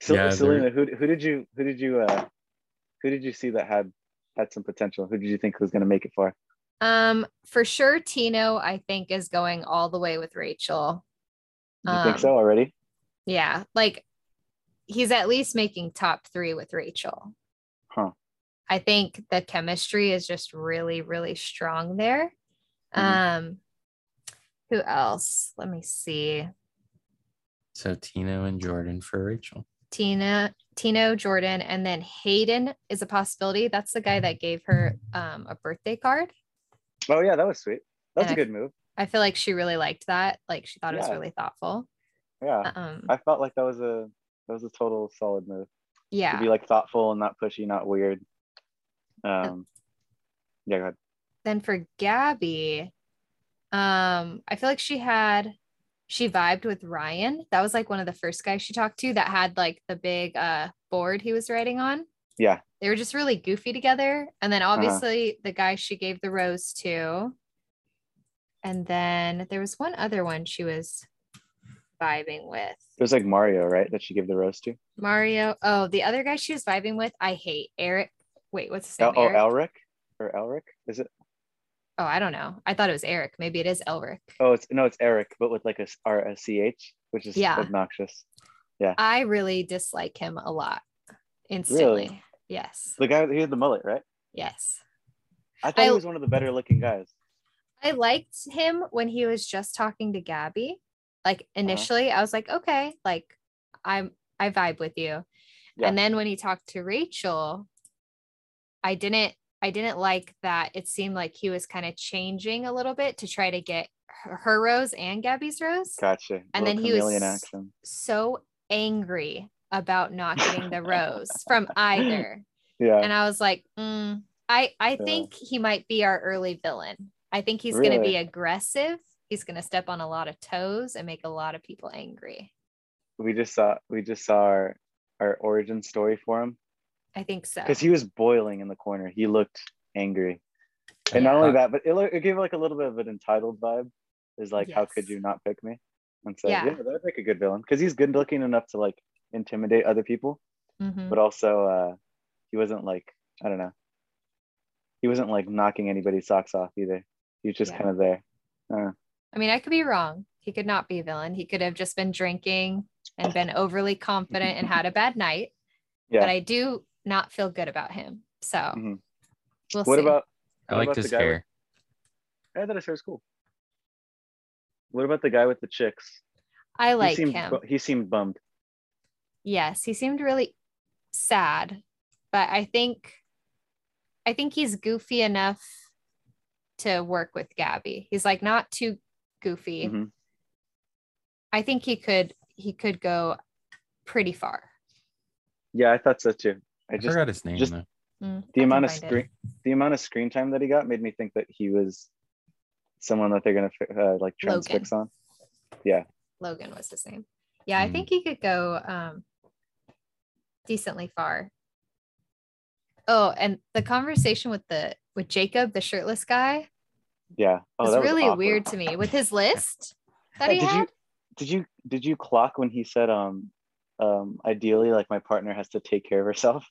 [SPEAKER 2] so
[SPEAKER 3] Yeah,
[SPEAKER 2] selena who, who did you who did you uh who did you see that had had some potential who did you think was going to make it far
[SPEAKER 1] Um, for sure, Tino, I think, is going all the way with Rachel.
[SPEAKER 2] you think
[SPEAKER 1] Um,
[SPEAKER 2] so already
[SPEAKER 1] Yeah, like he's at least making top three with Rachel.
[SPEAKER 2] Huh.
[SPEAKER 1] I think the chemistry is just really, really strong there.
[SPEAKER 2] Mhm.
[SPEAKER 1] Um, who else? Let me see.
[SPEAKER 3] So Tino and Jordan for Rachel.
[SPEAKER 1] Tina, Tino, Jordan, and then Hayden is a possibility. That's the guy that gave her um, a birthday card.
[SPEAKER 2] Oh yeah, that was sweet. That's a
[SPEAKER 1] And I-
[SPEAKER 2] good move.
[SPEAKER 1] I feel like she really liked that. Like she thought it was
[SPEAKER 2] Yeah.
[SPEAKER 1] really thoughtful.
[SPEAKER 2] Yeah,
[SPEAKER 1] Um,
[SPEAKER 2] I felt like that was a that was a total solid move to
[SPEAKER 1] yeah.
[SPEAKER 2] be like thoughtful and not pushy, not weird. Um, yeah, go ahead.
[SPEAKER 1] Then for Gabby, um, I feel like she had she vibed with Ryan. That was like one of the first guys she talked to that had like the big uh board he was writing on.
[SPEAKER 2] Yeah. Uh-huh.
[SPEAKER 1] They were just really goofy together. And then obviously the guy she gave the rose to. And then there was one other one she was vibing with.
[SPEAKER 2] It was like Mario, right? That she gave the rose to.
[SPEAKER 1] Mario. Oh, the other guy she was vibing with, I hate Eric. Wait, what's his name?
[SPEAKER 2] El- oh,
[SPEAKER 1] Eric?
[SPEAKER 2] Elric or Elric? Is it?
[SPEAKER 1] oh, I don't know. I thought it was Eric. Maybe it is Elric.
[SPEAKER 2] Oh, it's no, it's Eric, but with like a s- R S C H, which is
[SPEAKER 1] Yeah.
[SPEAKER 2] obnoxious.
[SPEAKER 1] I really dislike him a lot instantly. Yes.
[SPEAKER 2] The guy, he had the mullet, right?
[SPEAKER 1] Yes.
[SPEAKER 2] I thought
[SPEAKER 1] I-
[SPEAKER 2] he was one of the better looking guys.
[SPEAKER 1] I liked him when he was just talking to Gabby. Like initially, I was like, okay, like I'm I vibe with you.
[SPEAKER 2] Yeah.
[SPEAKER 1] And then when he talked to Rachel, I didn't I didn't like that it seemed like he was kind of changing a little bit to try to get her, her rose and Gabby's rose.
[SPEAKER 2] Gotcha.
[SPEAKER 1] And
[SPEAKER 2] Little
[SPEAKER 1] then he was
[SPEAKER 2] chameleon action.
[SPEAKER 1] So angry about not getting the rose from either.
[SPEAKER 2] Yeah.
[SPEAKER 1] and I was like, mm, I I
[SPEAKER 2] Yeah.
[SPEAKER 1] think he might be our early villain. I think he's going to
[SPEAKER 2] Really?
[SPEAKER 1] be aggressive. He's going to step on a lot of toes and make a lot of people angry.
[SPEAKER 2] we just saw we just saw our our origin story for him
[SPEAKER 1] I think so.
[SPEAKER 2] because he was boiling in the corner. He looked angri, and not only that, but it, lo- it gave like a little bit of an entitled vibe. Is like, how could
[SPEAKER 1] Yes.
[SPEAKER 2] you not pick me? And so
[SPEAKER 1] Yeah.
[SPEAKER 2] yeah, that would make a good villain because he's good looking enough to like intimidate other people,
[SPEAKER 1] Mhm.
[SPEAKER 2] but also uh, he wasn't like I don't know, he wasn't like knocking anybody's socks off either. He was just
[SPEAKER 1] Yeah.
[SPEAKER 2] kind of there.
[SPEAKER 1] I mean, I could be wrong. He could not be a villain. He could have just been drinking and been overly confident and had a bad night.
[SPEAKER 2] Yeah.
[SPEAKER 1] But I do not feel good about him. So
[SPEAKER 2] Mhm.
[SPEAKER 1] we'll
[SPEAKER 2] what
[SPEAKER 1] see.
[SPEAKER 2] about
[SPEAKER 3] I
[SPEAKER 2] what
[SPEAKER 3] liked
[SPEAKER 2] about the
[SPEAKER 3] his
[SPEAKER 2] guy with-
[SPEAKER 3] hair.
[SPEAKER 2] I thought his hair was cool. What about the guy with the chicks?
[SPEAKER 1] I like
[SPEAKER 2] he seemed,
[SPEAKER 1] him.
[SPEAKER 2] bu- He seemed bummed.
[SPEAKER 1] yes he seemed really sad but i think i think he's goofy enough to work with gabby he's like not too goofy
[SPEAKER 2] Mhm.
[SPEAKER 1] i think he could he could go pretty far
[SPEAKER 2] Yeah, I thought so too. I
[SPEAKER 3] I
[SPEAKER 2] just
[SPEAKER 3] forgot his name
[SPEAKER 2] just-
[SPEAKER 3] though.
[SPEAKER 1] Mm, I
[SPEAKER 2] the
[SPEAKER 1] can
[SPEAKER 2] amount of
[SPEAKER 1] find it.
[SPEAKER 2] screen the amount of screen time that he got made me think that he was someone that they're gonna uh, like transfix on.
[SPEAKER 1] logan was the same yeah i
[SPEAKER 2] Mm-hmm.
[SPEAKER 3] Mm.
[SPEAKER 1] think he could go um decently far oh and the conversation with the with jacob the shirtless guy
[SPEAKER 2] Yeah.
[SPEAKER 1] was
[SPEAKER 2] Oh, that
[SPEAKER 1] really
[SPEAKER 2] awkward.
[SPEAKER 1] weird to me with his list that
[SPEAKER 2] Yeah,
[SPEAKER 1] he
[SPEAKER 2] did
[SPEAKER 1] had
[SPEAKER 2] you did you did you clock when he said um um ideally like my partner has to take care of herself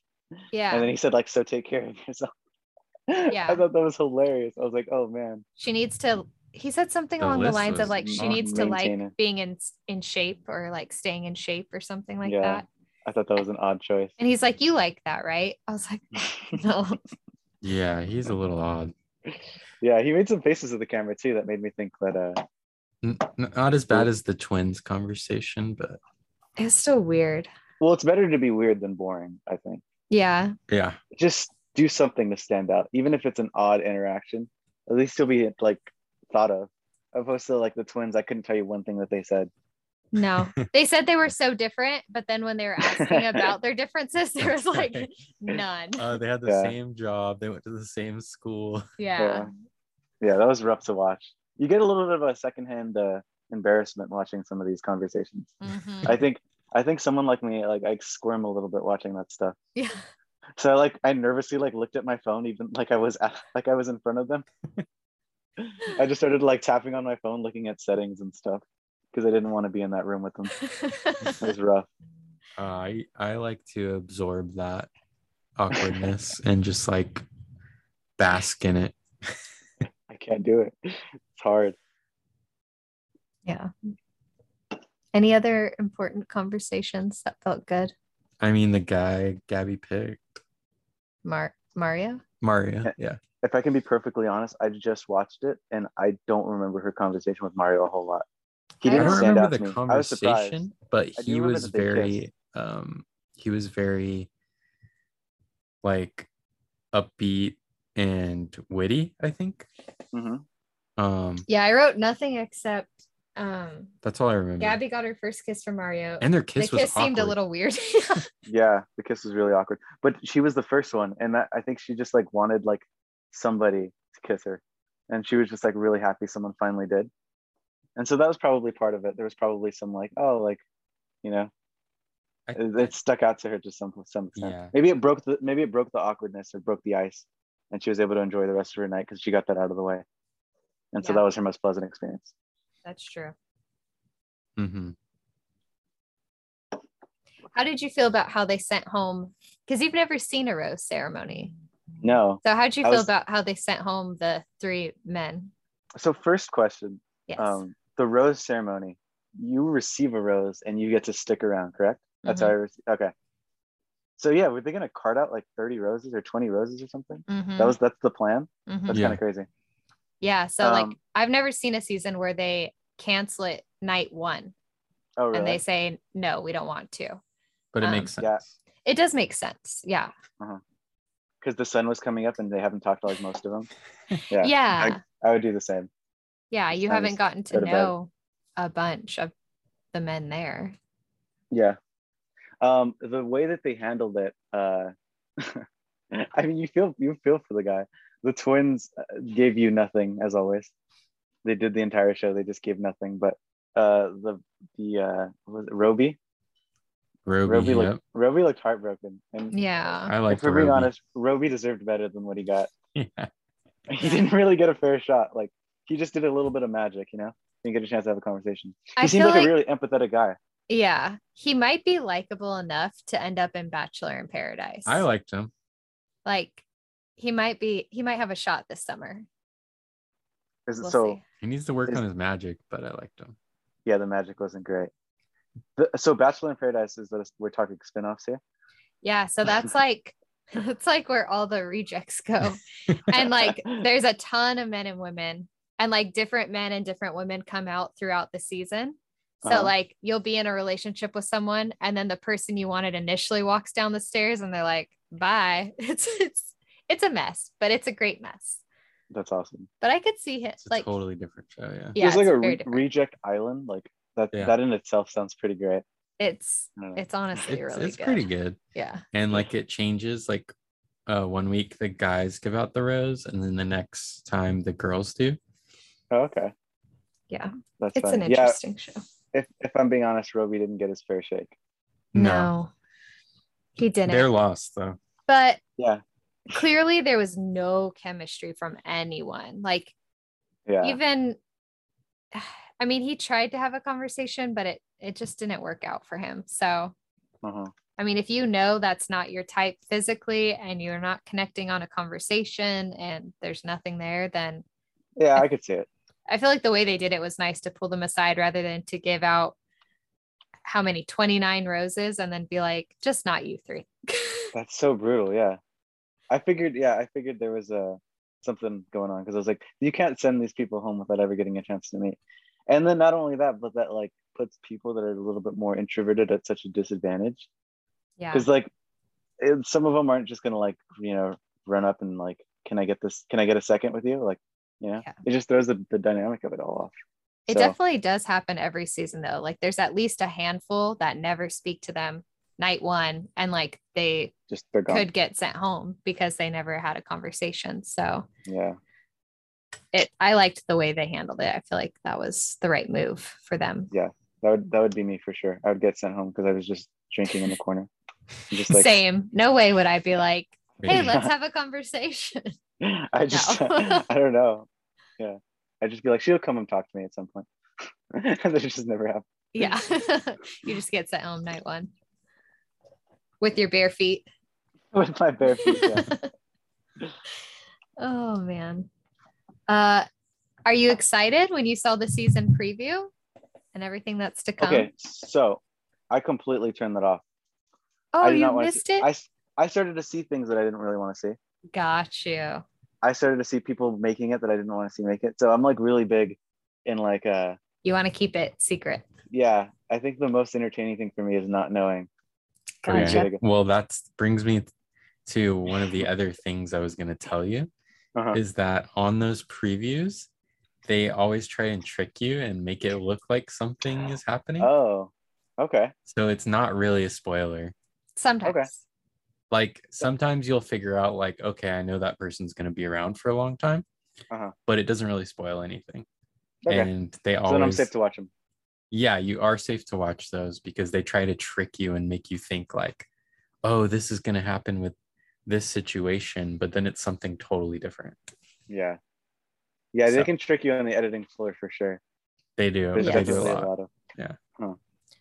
[SPEAKER 1] yeah
[SPEAKER 2] and then he said like so take care of yourself.
[SPEAKER 1] Yeah.
[SPEAKER 2] I thought that was hilarious. I was like, oh man.
[SPEAKER 1] she needs to he said something
[SPEAKER 3] The
[SPEAKER 1] along the
[SPEAKER 3] list
[SPEAKER 1] lines
[SPEAKER 3] was
[SPEAKER 1] of like she
[SPEAKER 2] not
[SPEAKER 1] needs to like
[SPEAKER 2] maintaining.
[SPEAKER 1] being in in shape or like staying in shape or something like
[SPEAKER 2] Yeah.
[SPEAKER 1] that
[SPEAKER 2] I thought that was an odd choice.
[SPEAKER 1] and he's like you like that right i was like no
[SPEAKER 3] Yeah, he's a little odd.
[SPEAKER 2] yeah, he made some faces at the camera too that made me think that uh
[SPEAKER 3] N- n- not as bad as the twins conversation, but
[SPEAKER 1] it's still weird
[SPEAKER 2] well it's better to be weird than boring, I think.
[SPEAKER 1] yeah
[SPEAKER 3] yeah,
[SPEAKER 2] just do something to stand out, even if it's an odd interaction. At least you'll be like thought of. Opposed to like the twins, I couldn't tell you one thing that they said.
[SPEAKER 1] no they said they were so different but then when they were asking about their differences there was like
[SPEAKER 3] Right.
[SPEAKER 1] none
[SPEAKER 3] uh, they had the
[SPEAKER 2] Yeah.
[SPEAKER 3] same job. They went to the same school.
[SPEAKER 1] yeah
[SPEAKER 2] Yeah, that was rough to watch. You get a little bit of a secondhand uh, embarrassment watching some of these conversations.
[SPEAKER 3] Mm-hmm.
[SPEAKER 1] Mhm.
[SPEAKER 2] I think I think someone like me, like I squirm a little bit watching that stuff.
[SPEAKER 1] yeah
[SPEAKER 2] So I like I nervously like looked at my phone, even like I was at, like I was in front of them. I just started like tapping on my phone, looking at settings and stuff, because I didn't want to be in that room with them.
[SPEAKER 1] Mm-hmm.
[SPEAKER 2] It was rough.
[SPEAKER 3] Uh, I I like to absorb that awkwardness and just like bask in it.
[SPEAKER 2] I can't do it. It's hard.
[SPEAKER 1] yeah any other important conversations that felt good
[SPEAKER 3] I mean, the guy Gabby picked
[SPEAKER 1] Mar- mario
[SPEAKER 3] Mario. Yeah,
[SPEAKER 2] If I can be perfectly honest, I just watched it and I don't remember her conversation with Mario a whole lot. He
[SPEAKER 1] I
[SPEAKER 3] I
[SPEAKER 2] didn't
[SPEAKER 3] don't
[SPEAKER 2] stand out
[SPEAKER 3] remember the
[SPEAKER 2] to me. I was surprised.
[SPEAKER 3] conversation, but
[SPEAKER 2] I do
[SPEAKER 3] he
[SPEAKER 2] remember
[SPEAKER 3] was
[SPEAKER 2] that they
[SPEAKER 3] very um he was very like upbeat and witty. I think
[SPEAKER 2] hmm
[SPEAKER 3] um
[SPEAKER 1] Yeah, I wrote nothing except um
[SPEAKER 3] that's all I remember.
[SPEAKER 1] Gabby got her first kiss from Mario.
[SPEAKER 3] and their kiss
[SPEAKER 1] the
[SPEAKER 3] was
[SPEAKER 1] kiss seemed a
[SPEAKER 3] awkward.
[SPEAKER 1] little weird.
[SPEAKER 2] Yeah, the kiss was really awkward. But she was the first one, and that, I think she just like wanted like somebody to kiss her, and she was just like really happy someone finally did. And so that was probably part of it. There was probably some like oh like, you know,
[SPEAKER 3] I-
[SPEAKER 2] it, it stuck out to her to some some extent.
[SPEAKER 3] Yeah.
[SPEAKER 2] Maybe it broke the maybe it broke the awkwardness or broke the ice, and she was able to enjoy the rest of her night because she got that out of the way. And so
[SPEAKER 1] Yeah.
[SPEAKER 2] that was her most pleasant experience.
[SPEAKER 1] That's true.
[SPEAKER 3] Mhm.
[SPEAKER 1] How did you feel about how they sent home? Because you've never seen a rose ceremony.
[SPEAKER 2] No.
[SPEAKER 1] So how did you
[SPEAKER 2] I
[SPEAKER 1] feel
[SPEAKER 2] was-
[SPEAKER 1] about how they sent home the three men?
[SPEAKER 2] So first question,
[SPEAKER 1] Yes.
[SPEAKER 2] um, the rose ceremony. You receive a rose and you get to stick around, correct? That's how I received.
[SPEAKER 1] Mm-hmm.
[SPEAKER 2] Okay. So yeah, were they gonna cart out like 30 roses or 20 roses or something?
[SPEAKER 1] Mhm,
[SPEAKER 2] That was that's the plan.
[SPEAKER 1] mhm, mhm.
[SPEAKER 2] That's
[SPEAKER 3] Yeah.
[SPEAKER 2] kind of crazy.
[SPEAKER 1] Yeah. So like
[SPEAKER 2] Um,
[SPEAKER 1] I've never seen a season where they cancel it night one
[SPEAKER 2] Oh really?
[SPEAKER 1] and they say no, we don't want to.
[SPEAKER 3] but it
[SPEAKER 1] Um,
[SPEAKER 3] makes
[SPEAKER 2] yeah.
[SPEAKER 3] sense.
[SPEAKER 1] It does make sense. Yeah.
[SPEAKER 2] Because the sun was coming up and they haven't talked to like most of them. Yeah.
[SPEAKER 1] Yeah. Yeah.
[SPEAKER 2] I would do the same.
[SPEAKER 1] you
[SPEAKER 2] I
[SPEAKER 1] haven't
[SPEAKER 2] just
[SPEAKER 1] gotten
[SPEAKER 2] go
[SPEAKER 1] to
[SPEAKER 2] to bed.
[SPEAKER 1] know a bunch of the men there.
[SPEAKER 2] Yeah. Um, the way that they handled it, uh, I mean, you feel you feel for the guy. The twins uh, gave you nothing as always. They did the entire show. They just gave nothing. But uh, the the uh, was it Roby?
[SPEAKER 3] Roby,
[SPEAKER 2] Roby
[SPEAKER 3] yep.
[SPEAKER 2] looked Roby looked heartbroken. And
[SPEAKER 1] Yeah.
[SPEAKER 3] I like
[SPEAKER 2] if we're being
[SPEAKER 3] Roby.
[SPEAKER 2] honest, Roby deserved better than what he got.
[SPEAKER 3] Yeah.
[SPEAKER 2] He didn't really get a fair shot. Like he just did a little bit of magic, you know. Didn't get a chance to have a conversation. He
[SPEAKER 1] I
[SPEAKER 2] seemed
[SPEAKER 1] feel
[SPEAKER 2] like,
[SPEAKER 1] like
[SPEAKER 2] a really empathetic guy.
[SPEAKER 1] yeah, he might be likable enough to end up in Bachelor in Paradise.
[SPEAKER 3] I liked him.
[SPEAKER 1] like he might be he might have a shot this summer.
[SPEAKER 2] Is it
[SPEAKER 1] We'll
[SPEAKER 2] so?
[SPEAKER 1] see.
[SPEAKER 3] He needs to work
[SPEAKER 2] Is-
[SPEAKER 3] on his magic, but I liked him.
[SPEAKER 2] yeah, the magic wasn't great. The, so Bachelor in Paradise is that we're talking spin-offs here.
[SPEAKER 1] Yeah, so that's like that's like where all the rejects go. and like there's a ton of men and women and like different men and different women come out throughout the season. So
[SPEAKER 2] Uh-huh.
[SPEAKER 1] like you'll be in a relationship with someone and then the person you wanted initially walks down the stairs and they're like, "Bye." It's it's it's a mess, but it's a great mess.
[SPEAKER 2] That's awesome.
[SPEAKER 1] But I could see him
[SPEAKER 3] It's a
[SPEAKER 1] like
[SPEAKER 3] totally different show. Yeah.
[SPEAKER 1] yeah,
[SPEAKER 2] There's like
[SPEAKER 1] it's
[SPEAKER 2] a
[SPEAKER 1] very
[SPEAKER 2] re-
[SPEAKER 1] different.
[SPEAKER 2] reject island. Like that.
[SPEAKER 3] Yeah.
[SPEAKER 2] That in itself sounds pretty great.
[SPEAKER 1] it's
[SPEAKER 2] I don't know.
[SPEAKER 1] it's honestly
[SPEAKER 3] It's,
[SPEAKER 1] really
[SPEAKER 3] it's
[SPEAKER 1] good.
[SPEAKER 3] pretty good.
[SPEAKER 1] Yeah.
[SPEAKER 3] And like it changes. Like uh, one week the guys give out the rose, and then the next time the girls do.
[SPEAKER 2] Oh, okay,
[SPEAKER 1] Yeah.
[SPEAKER 2] that's
[SPEAKER 1] It's an
[SPEAKER 2] funny. Yeah,
[SPEAKER 1] interesting show.
[SPEAKER 2] if, if I'm being honest, Roby didn't get his fair shake.
[SPEAKER 1] No.
[SPEAKER 3] No.
[SPEAKER 1] He didn't.
[SPEAKER 3] They're lost though.
[SPEAKER 1] but
[SPEAKER 2] Yeah,
[SPEAKER 1] clearly there was no chemistry from anyone. Like
[SPEAKER 2] yeah.
[SPEAKER 1] even I mean, he tried to have a conversation, but it it just didn't work out for him. So
[SPEAKER 2] uh-huh.
[SPEAKER 1] I mean, if you know that's not your type physically and you're not connecting on a conversation and there's nothing there, then
[SPEAKER 2] Yeah, I could see it.
[SPEAKER 1] I feel like the way they did it was nice to pull them aside rather than to give out how many 29 roses and then be like, just not you three.
[SPEAKER 2] That's so brutal. Yeah, I figured. Yeah, I figured there was a something going on because I was like, you can't send these people home without ever getting a chance to meet. And then not only that, but that like puts people that are a little bit more introverted at such a disadvantage.
[SPEAKER 1] Yeah.
[SPEAKER 2] because like it, some of them aren't just gonna like you know run up and like can i get this can i get a second with you like you know
[SPEAKER 1] Yeah.
[SPEAKER 2] it just throws the, the dynamic of it all off
[SPEAKER 1] It
[SPEAKER 2] So,
[SPEAKER 1] definitely does happen every season though. Like there's at least a handful that never speak to them night one and like they
[SPEAKER 2] just they're gone
[SPEAKER 1] could get sent home because they never had a conversation. So
[SPEAKER 2] yeah
[SPEAKER 1] it I liked the way they handled it. I feel like that was the right move for them.
[SPEAKER 2] that would that would be me for sure i would get sent home because i was just drinking in the corner And just like
[SPEAKER 1] Same. No way would I be like, hey,
[SPEAKER 3] Maybe.
[SPEAKER 1] let's have a conversation.
[SPEAKER 2] i just
[SPEAKER 1] No.
[SPEAKER 2] i don't know yeah i'd just be like she'll come and talk to me at some point that just never happened
[SPEAKER 1] yeah. you just get sent home night one with your bare feet.
[SPEAKER 2] with my bare feet yeah.
[SPEAKER 1] oh man. Uh are you excited when you saw the season preview and everything that's to come?
[SPEAKER 2] okay so i completely turned that off
[SPEAKER 1] Oh,
[SPEAKER 2] i did
[SPEAKER 1] you
[SPEAKER 2] not want
[SPEAKER 1] missed
[SPEAKER 2] to see,
[SPEAKER 1] it?
[SPEAKER 2] I, s- I started to see things that i didn't really want to see
[SPEAKER 1] Got you.
[SPEAKER 2] I started to see people making it that I didn't want to see make it. So I'm like really big in like uh
[SPEAKER 1] You want to keep it secret.
[SPEAKER 2] yeah, I think the most entertaining thing for me is not knowing.
[SPEAKER 1] Gotcha.
[SPEAKER 2] Okay.
[SPEAKER 3] Well, that brings me to one of the other things I was going to tell you
[SPEAKER 2] Uh-huh.
[SPEAKER 3] is that on those previews, they always try and trick you and make it look like something is happening.
[SPEAKER 2] Oh. Okay.
[SPEAKER 3] So it's not really a spoiler.
[SPEAKER 1] Sometimes.
[SPEAKER 2] Okay.
[SPEAKER 3] Like sometimes you'll figure out, like, okay, I know that person's going to be around for a long time,
[SPEAKER 2] Uh-huh.
[SPEAKER 3] but it doesn't really spoil anything.
[SPEAKER 2] Okay.
[SPEAKER 3] And they
[SPEAKER 2] so then I'm
[SPEAKER 3] always,
[SPEAKER 2] safe to watch them.
[SPEAKER 3] yeah, you are safe to watch those because they try to trick you and make you think, like, oh, this is going to happen with this situation, but then it's something totally different.
[SPEAKER 2] Yeah. Yeah, they
[SPEAKER 3] So-
[SPEAKER 2] can trick you on the editing floor for sure.
[SPEAKER 3] They do.
[SPEAKER 2] There's
[SPEAKER 3] They do a
[SPEAKER 2] definitely a lot
[SPEAKER 3] lot.
[SPEAKER 2] of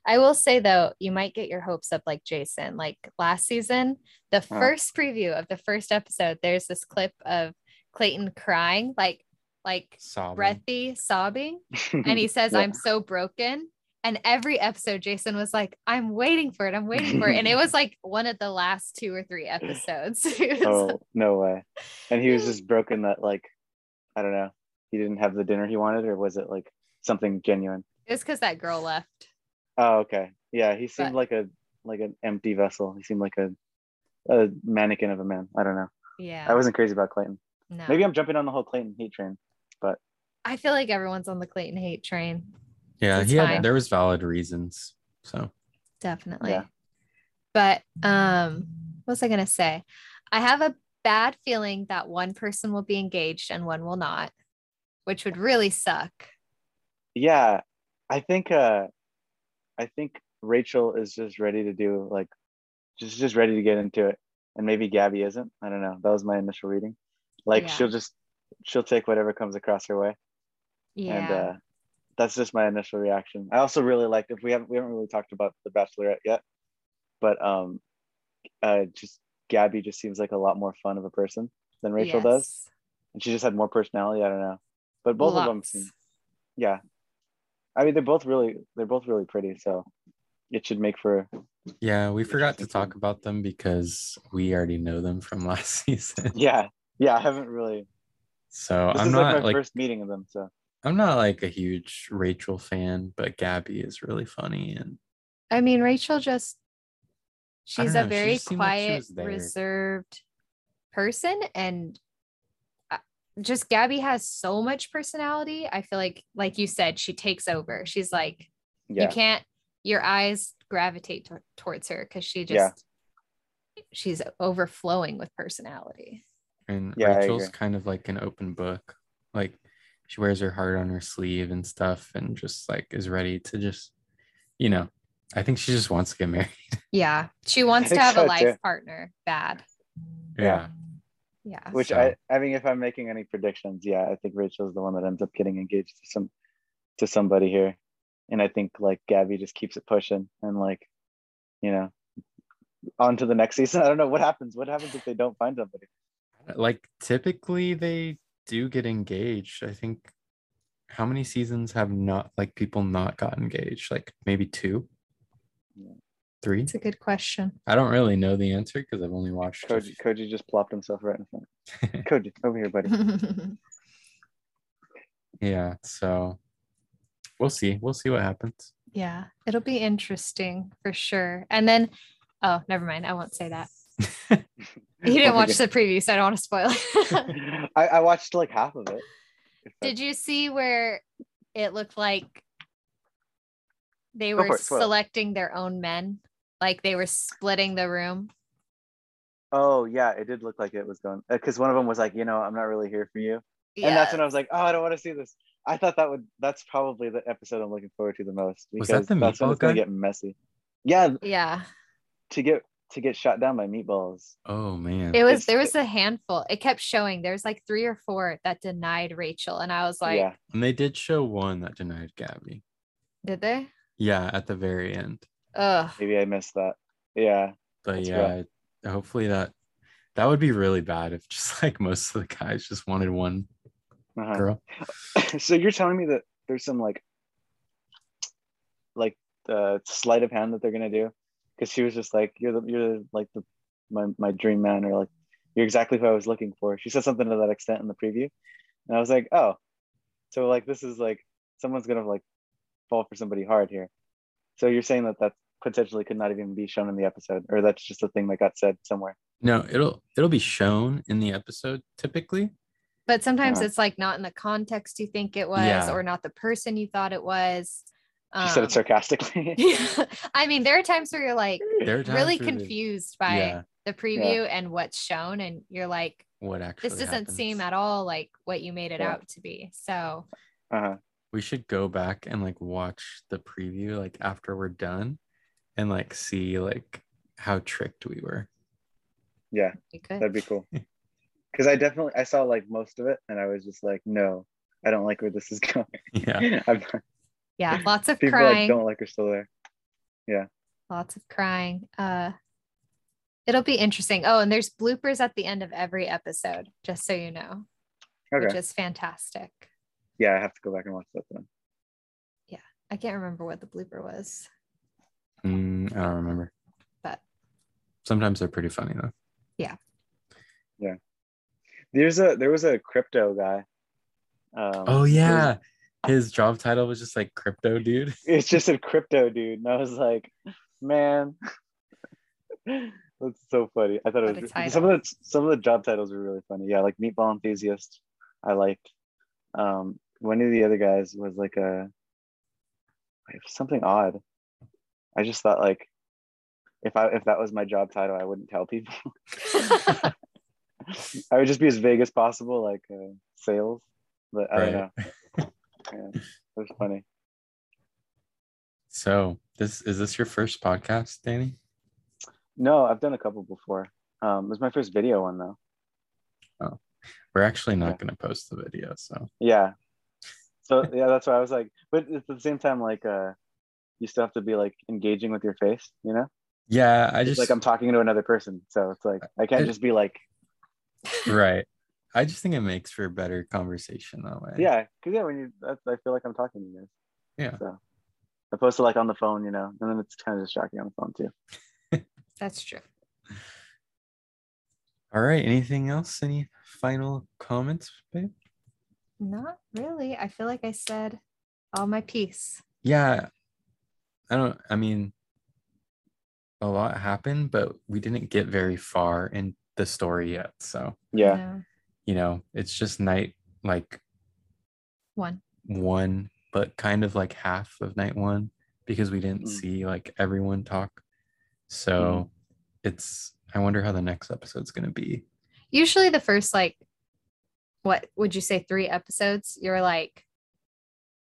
[SPEAKER 1] I will say though, you might get your hopes up like Jason. Like last season, the
[SPEAKER 2] Huh.
[SPEAKER 1] first preview of the first episode, there's this clip of Clayton crying, like like
[SPEAKER 3] Sobbing.
[SPEAKER 1] breathy, sobbing, and he says,
[SPEAKER 2] Yeah.
[SPEAKER 1] "I'm so broken." And every episode, Jason was like, "I'm waiting for it. I'm waiting for it," and it was like one of the last two or three episodes. It was-
[SPEAKER 2] oh no way and he was just broken that like i don't know he didn't have the dinner he wanted or was it like something genuine
[SPEAKER 1] It's because that girl left.
[SPEAKER 2] oh okay yeah he seemed
[SPEAKER 1] But-
[SPEAKER 2] like a like an empty vessel he seemed like a a mannequin of a man i don't know
[SPEAKER 1] Yeah.
[SPEAKER 2] i wasn't crazy about clayton
[SPEAKER 1] no.
[SPEAKER 2] maybe i'm jumping on the whole clayton hate train
[SPEAKER 1] I feel like everyone's on the Clayton hate train.
[SPEAKER 3] Yeah,
[SPEAKER 1] It's
[SPEAKER 3] he had
[SPEAKER 1] fine.
[SPEAKER 3] there was valid reasons. So
[SPEAKER 1] Definitely.
[SPEAKER 2] Yeah.
[SPEAKER 1] But um, what was I gonna say? I have a bad feeling that one person will be engaged and one will not, which would really suck.
[SPEAKER 2] yeah i think uh i think rachel is just ready to do like she's just ready to get into it and maybe gabby isn't i don't know that was my initial reading like
[SPEAKER 1] Yeah.
[SPEAKER 2] she'll just she'll take whatever comes across her way
[SPEAKER 1] Yeah.
[SPEAKER 2] and uh that's just my initial reaction i also really liked if we haven't we haven't really talked about the bachelorette yet but um uh just gabby just seems like a lot more fun of a person than rachel does
[SPEAKER 1] Yes.
[SPEAKER 2] and she just had more personality i don't know but both of them
[SPEAKER 1] Lots.
[SPEAKER 2] seem yeah i mean they're both really they're both really pretty so it should make for
[SPEAKER 3] yeah, we forgot to
[SPEAKER 2] Interesting.
[SPEAKER 3] talk about them because we already know them from last season.
[SPEAKER 2] yeah yeah i haven't really
[SPEAKER 3] So
[SPEAKER 2] this
[SPEAKER 3] I'm
[SPEAKER 2] is
[SPEAKER 3] not
[SPEAKER 2] like my
[SPEAKER 3] like
[SPEAKER 2] first meeting of them so
[SPEAKER 3] I'm not like a huge Rachel fan, but Gabby is really funny and
[SPEAKER 1] I mean, Rachel just
[SPEAKER 3] I
[SPEAKER 1] she's
[SPEAKER 3] don't
[SPEAKER 1] a
[SPEAKER 3] know, she
[SPEAKER 1] very
[SPEAKER 3] just seemed like she
[SPEAKER 1] quiet,
[SPEAKER 3] was there.
[SPEAKER 1] reserved person, and uh, just Gabby has so much personality. I feel like, like you said, she takes over. She's like,
[SPEAKER 2] yeah
[SPEAKER 1] you can't. Your eyes gravitate to- towards her because she
[SPEAKER 2] Yeah.
[SPEAKER 1] just she's overflowing with personality.
[SPEAKER 3] and
[SPEAKER 2] Yeah, I
[SPEAKER 3] Rachel's
[SPEAKER 2] agree.
[SPEAKER 3] kind of like an open book. Like she wears her heart on her sleeve and stuff and just like is ready to just you know, I think she just wants to get married.
[SPEAKER 1] Yeah, she wants to
[SPEAKER 2] think
[SPEAKER 1] have
[SPEAKER 2] so,
[SPEAKER 1] a
[SPEAKER 2] too.
[SPEAKER 1] life partner bad.
[SPEAKER 2] Yeah.
[SPEAKER 1] Yeah,
[SPEAKER 2] which
[SPEAKER 3] so-
[SPEAKER 2] i i mean if i'm making any predictions yeah i think rachel's the one that ends up getting engaged to some to somebody here and i think like gabby just keeps it pushing and like you know on to the next season i don't know what happens what happens if they don't find somebody
[SPEAKER 3] like typically they do get engaged i think how many seasons have not like people not got engaged like maybe two
[SPEAKER 2] Yeah.
[SPEAKER 3] three
[SPEAKER 1] it's a good question.
[SPEAKER 3] i don't really know the answer because i've only watched a
[SPEAKER 2] Koji, Koji just plopped himself right in front. Koji, over here, buddy.
[SPEAKER 3] few- yeah so we'll see we'll see what happens
[SPEAKER 1] Yeah, it'll be interesting for sure. And then, oh, never mind. I won't say that. You didn't watch the preview, so I don't want to spoil it.
[SPEAKER 2] I, I watched like half of it. If
[SPEAKER 1] Did you see where it looked like they
[SPEAKER 2] Go
[SPEAKER 1] were
[SPEAKER 2] for it, spoil it.
[SPEAKER 1] selecting their own men? Like they were splitting the room?
[SPEAKER 2] that- oh yeah, it did look like it was going because one of them was like, you know, I'm not really here for you,
[SPEAKER 1] Yeah.
[SPEAKER 2] and that's when I was like, oh, I don't want to see this. I thought that would that's probably the episode I'm looking forward to the most
[SPEAKER 3] Was
[SPEAKER 2] because
[SPEAKER 3] that the
[SPEAKER 2] that's when
[SPEAKER 3] meatball
[SPEAKER 2] it's gonna get
[SPEAKER 3] guy?
[SPEAKER 2] messy. Yeah,
[SPEAKER 1] yeah.
[SPEAKER 2] to get to get shot down by meatballs.
[SPEAKER 3] oh man
[SPEAKER 1] It was,
[SPEAKER 2] It's-
[SPEAKER 1] there was a handful. It kept showing. There was like three or four that denied Rachel. And I was like,
[SPEAKER 2] yeah,
[SPEAKER 3] and they did show one that denied gabby
[SPEAKER 1] did they?
[SPEAKER 3] yeah at the very end
[SPEAKER 1] Ugh.
[SPEAKER 2] maybe I missed that. Yeah,
[SPEAKER 3] but
[SPEAKER 2] That's
[SPEAKER 3] yeah I- hopefully that that would be really bad if just like most of the guys just wanted one
[SPEAKER 2] uh-huh.
[SPEAKER 3] girl
[SPEAKER 2] so you're telling me that there's some like like uh sleight of hand that they're gonna do because she was just like you're the you're like the my, my dream man or like you're exactly who i was looking for she said something to that extent in the preview and i was like oh so like this is like someone's gonna like fall for somebody hard here so you're saying that that potentially could not even be shown in the episode or that's just a thing that got said somewhere
[SPEAKER 3] No, it'll it'll be shown in the episode typically.
[SPEAKER 1] But sometimes
[SPEAKER 2] Uh-huh.
[SPEAKER 1] it's like not in the context you think it was,
[SPEAKER 3] Yeah.
[SPEAKER 1] or not the person you thought it was.
[SPEAKER 2] she said
[SPEAKER 1] Um.
[SPEAKER 2] it sarcastically
[SPEAKER 1] yeah. I mean, there are times where you're like
[SPEAKER 3] There are times
[SPEAKER 1] really
[SPEAKER 3] where they-
[SPEAKER 1] confused by
[SPEAKER 3] yeah,
[SPEAKER 1] the preview and what's shown, and you're like,
[SPEAKER 3] what actually
[SPEAKER 1] this doesn't seem at
[SPEAKER 3] happens.
[SPEAKER 1] all like what you made it
[SPEAKER 2] Yeah.
[SPEAKER 1] out to be. So
[SPEAKER 2] uh-huh.
[SPEAKER 3] We should go back and like watch the preview like after we're done, and like see like how tricked we were.
[SPEAKER 2] yeah
[SPEAKER 1] we could.
[SPEAKER 2] That'd be cool. Because I definitely I saw like most of it, and I was just like, no, I don't like where this is going.
[SPEAKER 3] Yeah,
[SPEAKER 2] I'm not-
[SPEAKER 1] yeah, lots of
[SPEAKER 2] people like
[SPEAKER 1] crying.
[SPEAKER 2] don't like are still there. Yeah.
[SPEAKER 1] Lots of crying. Uh it'll be interesting. Oh, and there's bloopers at the end of every episode, just so you know, which
[SPEAKER 2] Okay.
[SPEAKER 1] is fantastic.
[SPEAKER 2] Yeah, I have to go back and watch that then.
[SPEAKER 1] I can't remember what the blooper was.
[SPEAKER 3] Mm, I don't remember.
[SPEAKER 1] But-
[SPEAKER 3] sometimes they're pretty funny though.
[SPEAKER 2] There's a there was a crypto guy. Um,
[SPEAKER 3] Oh
[SPEAKER 2] there's-
[SPEAKER 3] yeah, his job title was just like crypto dude.
[SPEAKER 2] it's just a crypto dude, and I was like, man, that's so funny. I thought
[SPEAKER 1] What a
[SPEAKER 2] it was
[SPEAKER 1] title.
[SPEAKER 2] some of the some of the job titles were really funny. Yeah, like meatball enthusiast. I liked. Um, one of the other guys was like a it was something odd. I just thought like if I if that was my job title, I wouldn't tell people. I would just be as vague as possible, like uh, sales. But I don't
[SPEAKER 3] Right.
[SPEAKER 2] know. Yeah, it was funny.
[SPEAKER 3] So this is this your first podcast, Danny?
[SPEAKER 2] No, I've done a couple before. Um, it was my first video one though.
[SPEAKER 3] We're actually not
[SPEAKER 2] Yeah.
[SPEAKER 3] going to post the video, so
[SPEAKER 2] Yeah. So yeah, that's why I was like, but at the same time, like, uh, you still have to be like engaging with your face, you know?
[SPEAKER 3] yeah, I
[SPEAKER 2] It's
[SPEAKER 3] just
[SPEAKER 2] like I'm talking to another person, so it's like I can't
[SPEAKER 3] I-
[SPEAKER 2] just be like,
[SPEAKER 3] right. I just think it makes for better conversation that way.
[SPEAKER 2] yeah, because yeah, when you, that's, I feel like I'm talking to you guys.
[SPEAKER 3] Yeah.
[SPEAKER 2] So opposed to like on the phone, you know, and then it's kind of distracting on the phone too.
[SPEAKER 1] That's true.
[SPEAKER 3] All right. Anything else? Any final comments, babe?
[SPEAKER 1] Not really. I feel like I said all my piece.
[SPEAKER 3] Yeah. I don't. I mean, a lot happened, but we didn't get very far in the story yet. So
[SPEAKER 2] Yeah.
[SPEAKER 1] No,
[SPEAKER 3] you know, it's just night like
[SPEAKER 1] one.
[SPEAKER 3] one, but kind of like half of night one because we didn't
[SPEAKER 2] Mm.
[SPEAKER 3] see like everyone talk. So
[SPEAKER 2] Mm-hmm.
[SPEAKER 3] it's I wonder how the next episode's gonna be.
[SPEAKER 1] Usually the first like what would you say three episodes, you're like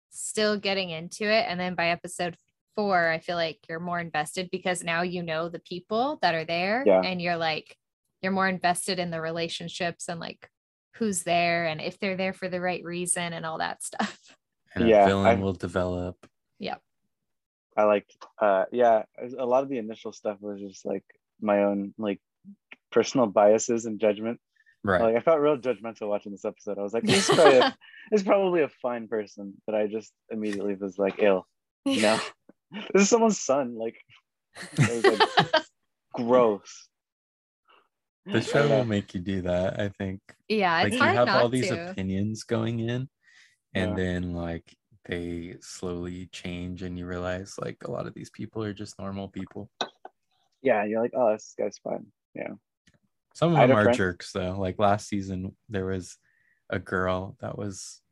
[SPEAKER 1] still getting into it. And then by episode four, I feel like you're more invested because now you know the people that are there
[SPEAKER 2] Yeah.
[SPEAKER 1] and you're like you're more invested in the relationships and like who's there and if they're there for the right reason and all that stuff.
[SPEAKER 3] And
[SPEAKER 2] Yeah,
[SPEAKER 3] a villain
[SPEAKER 2] I-
[SPEAKER 3] will develop.
[SPEAKER 2] I liked, uh, yeah, a lot of the initial stuff was just like my own like personal biases and judgment.
[SPEAKER 3] Right.
[SPEAKER 2] Like I felt real judgmental watching this episode. I was like, this is probably a, this is probably a fine person, but I just immediately was like, ill. You know, this is someone's son. Like, it was like gross. uh,
[SPEAKER 3] the show
[SPEAKER 2] Yeah.
[SPEAKER 3] will make you do that, I think.
[SPEAKER 1] yeah,
[SPEAKER 3] Like
[SPEAKER 1] it's
[SPEAKER 3] you
[SPEAKER 1] hard
[SPEAKER 3] have
[SPEAKER 1] not
[SPEAKER 3] all these
[SPEAKER 1] to.
[SPEAKER 3] opinions going in, and
[SPEAKER 2] Yeah.
[SPEAKER 3] then like they slowly change and you realize like a lot of these people are just normal people.
[SPEAKER 2] Yeah, you're like, oh, this guy's fine.
[SPEAKER 3] Some
[SPEAKER 2] I
[SPEAKER 3] of
[SPEAKER 2] had
[SPEAKER 3] them
[SPEAKER 2] a
[SPEAKER 3] are
[SPEAKER 2] friend-
[SPEAKER 3] jerks though. Like last season there was a girl that was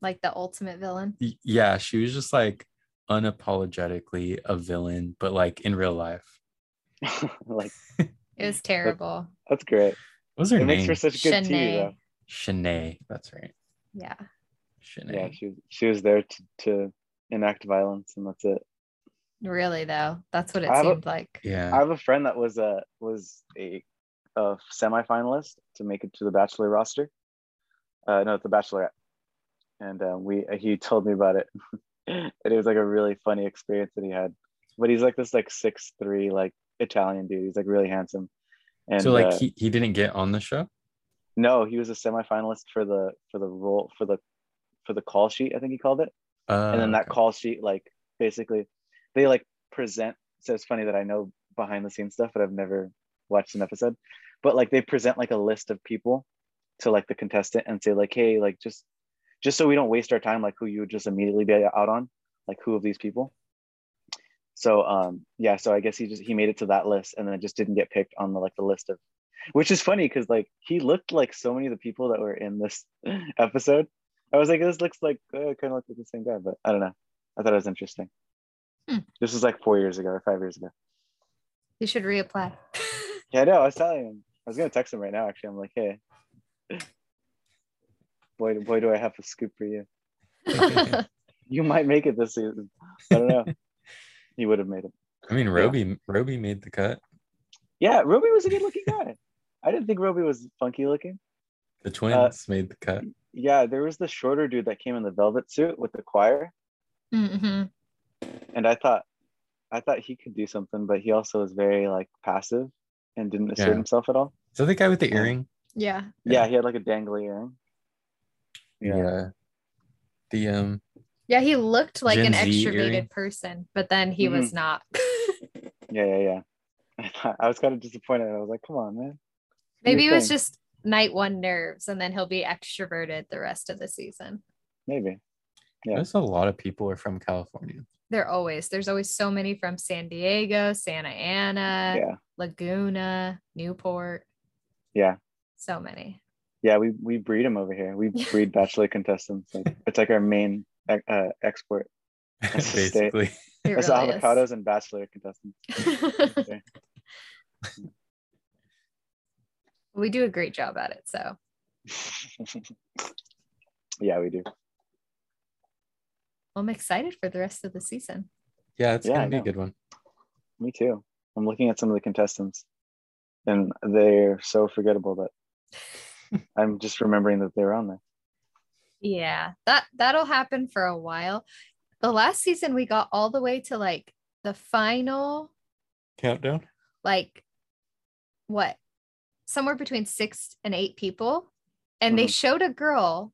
[SPEAKER 1] Like the ultimate villain.
[SPEAKER 3] y- yeah, she was just like unapologetically a villain, but like in real life.
[SPEAKER 2] like,
[SPEAKER 1] It was terrible.
[SPEAKER 2] that's great.
[SPEAKER 3] What was her
[SPEAKER 2] it makes
[SPEAKER 3] name?
[SPEAKER 2] for such good tea,
[SPEAKER 1] Shanae.
[SPEAKER 2] though.
[SPEAKER 3] Shanae. That's right.
[SPEAKER 1] Yeah.
[SPEAKER 2] Yeah,
[SPEAKER 3] Shanae.
[SPEAKER 2] she was she was there to, to enact violence, and that's it.
[SPEAKER 1] Really though. That's what it
[SPEAKER 2] I have a-
[SPEAKER 1] seemed like.
[SPEAKER 3] Yeah.
[SPEAKER 2] I have a friend that was a was a, a semifinalist to make it to the Bachelor roster. Uh, no, the Bachelorette, and uh, we he told me about it. and it was like a really funny experience that he had. But he's like this like six three like Italian dude. He's like really handsome. And
[SPEAKER 3] so like
[SPEAKER 2] uh,
[SPEAKER 3] he, he didn't get on the show?
[SPEAKER 2] no, he was a semifinalist for the for the role for the for the call sheet. I think he called it
[SPEAKER 3] Uh,
[SPEAKER 2] and then that
[SPEAKER 3] okay.
[SPEAKER 2] call sheet like basically they like present so it's funny that i know behind the scenes stuff but i've never watched an episode but like they present like a list of people to like the contestant and say like hey like just just so we don't waste our time like who you would just immediately be out on like who of these people so um yeah so i guess he just he made it to that list and then just didn't get picked on the like the list of which is funny because like he looked like so many of the people that were in this episode I was like, this looks like uh, kind of like the same guy, but I don't know. I thought it was interesting.
[SPEAKER 1] Hmm.
[SPEAKER 2] This was like four years ago or five years ago.
[SPEAKER 1] You should reapply.
[SPEAKER 2] Yeah, I know. I was telling him. I was gonna text him right now. Actually, I'm like, hey, boy, boy, do I have a scoop for you.
[SPEAKER 1] Mm-hmm.
[SPEAKER 2] You might make it this season. I don't know. he would have made it.
[SPEAKER 3] I mean Roby Roby made the cut.
[SPEAKER 2] Yeah, Ruby was a good-looking guy. I didn't think Ruby was funky looking. Uh,
[SPEAKER 3] The twins made the cut.
[SPEAKER 2] Yeah, there was the shorter dude that came in the velvet suit with the choir,
[SPEAKER 1] Mhm.
[SPEAKER 2] and I thought, I thought he could do something, but he also was very like passive and didn't assert
[SPEAKER 3] Yeah.
[SPEAKER 2] himself at all.
[SPEAKER 3] Is that the guy with the
[SPEAKER 2] Yeah.
[SPEAKER 3] earring?
[SPEAKER 1] Yeah.
[SPEAKER 2] Yeah.
[SPEAKER 3] Yeah.
[SPEAKER 2] he had like a dangly earring. Yeah.
[SPEAKER 3] The um
[SPEAKER 1] Yeah, he looked like
[SPEAKER 3] Gen
[SPEAKER 1] an
[SPEAKER 3] Z
[SPEAKER 1] extroverted
[SPEAKER 3] earring?
[SPEAKER 1] person, but then he was
[SPEAKER 2] Mm-hmm.
[SPEAKER 1] not.
[SPEAKER 2] Yeah, yeah, yeah. I, thought, I was kind of disappointed. I was like, come on, man. Do your
[SPEAKER 1] Maybe it was
[SPEAKER 2] thing."
[SPEAKER 1] just night one nerves, and then he'll be extroverted the rest of the season.
[SPEAKER 2] maybe. Yeah.
[SPEAKER 3] there's a lot of people are from California.
[SPEAKER 1] They're always there's always so many from San Diego, Santa Ana,
[SPEAKER 2] yeah.
[SPEAKER 1] Laguna, Newport,
[SPEAKER 2] Yeah.
[SPEAKER 1] so many.
[SPEAKER 2] Yeah. We, we breed them over here. We breed bachelor contestants. Like, it's like our main uh, export. That's the state.
[SPEAKER 3] basically.
[SPEAKER 1] It
[SPEAKER 2] It's
[SPEAKER 1] really is.
[SPEAKER 2] avocados and bachelor contestants.
[SPEAKER 1] we do a great job at it, so
[SPEAKER 2] yeah, we do.
[SPEAKER 1] I'm excited for the rest of the season.
[SPEAKER 3] Yeah, it's
[SPEAKER 2] Yeah, I
[SPEAKER 3] gonna be a
[SPEAKER 2] know.
[SPEAKER 3] good one.
[SPEAKER 2] Me too. I'm looking at some of the contestants, and they're so forgettable that I'm just remembering that they were on there.
[SPEAKER 1] Yeah, that that'll happen for a while. The last season we got all the way to like the final,
[SPEAKER 3] Countdown.
[SPEAKER 1] like what, somewhere between six and eight people, and they
[SPEAKER 2] Mhm.
[SPEAKER 1] showed a girl,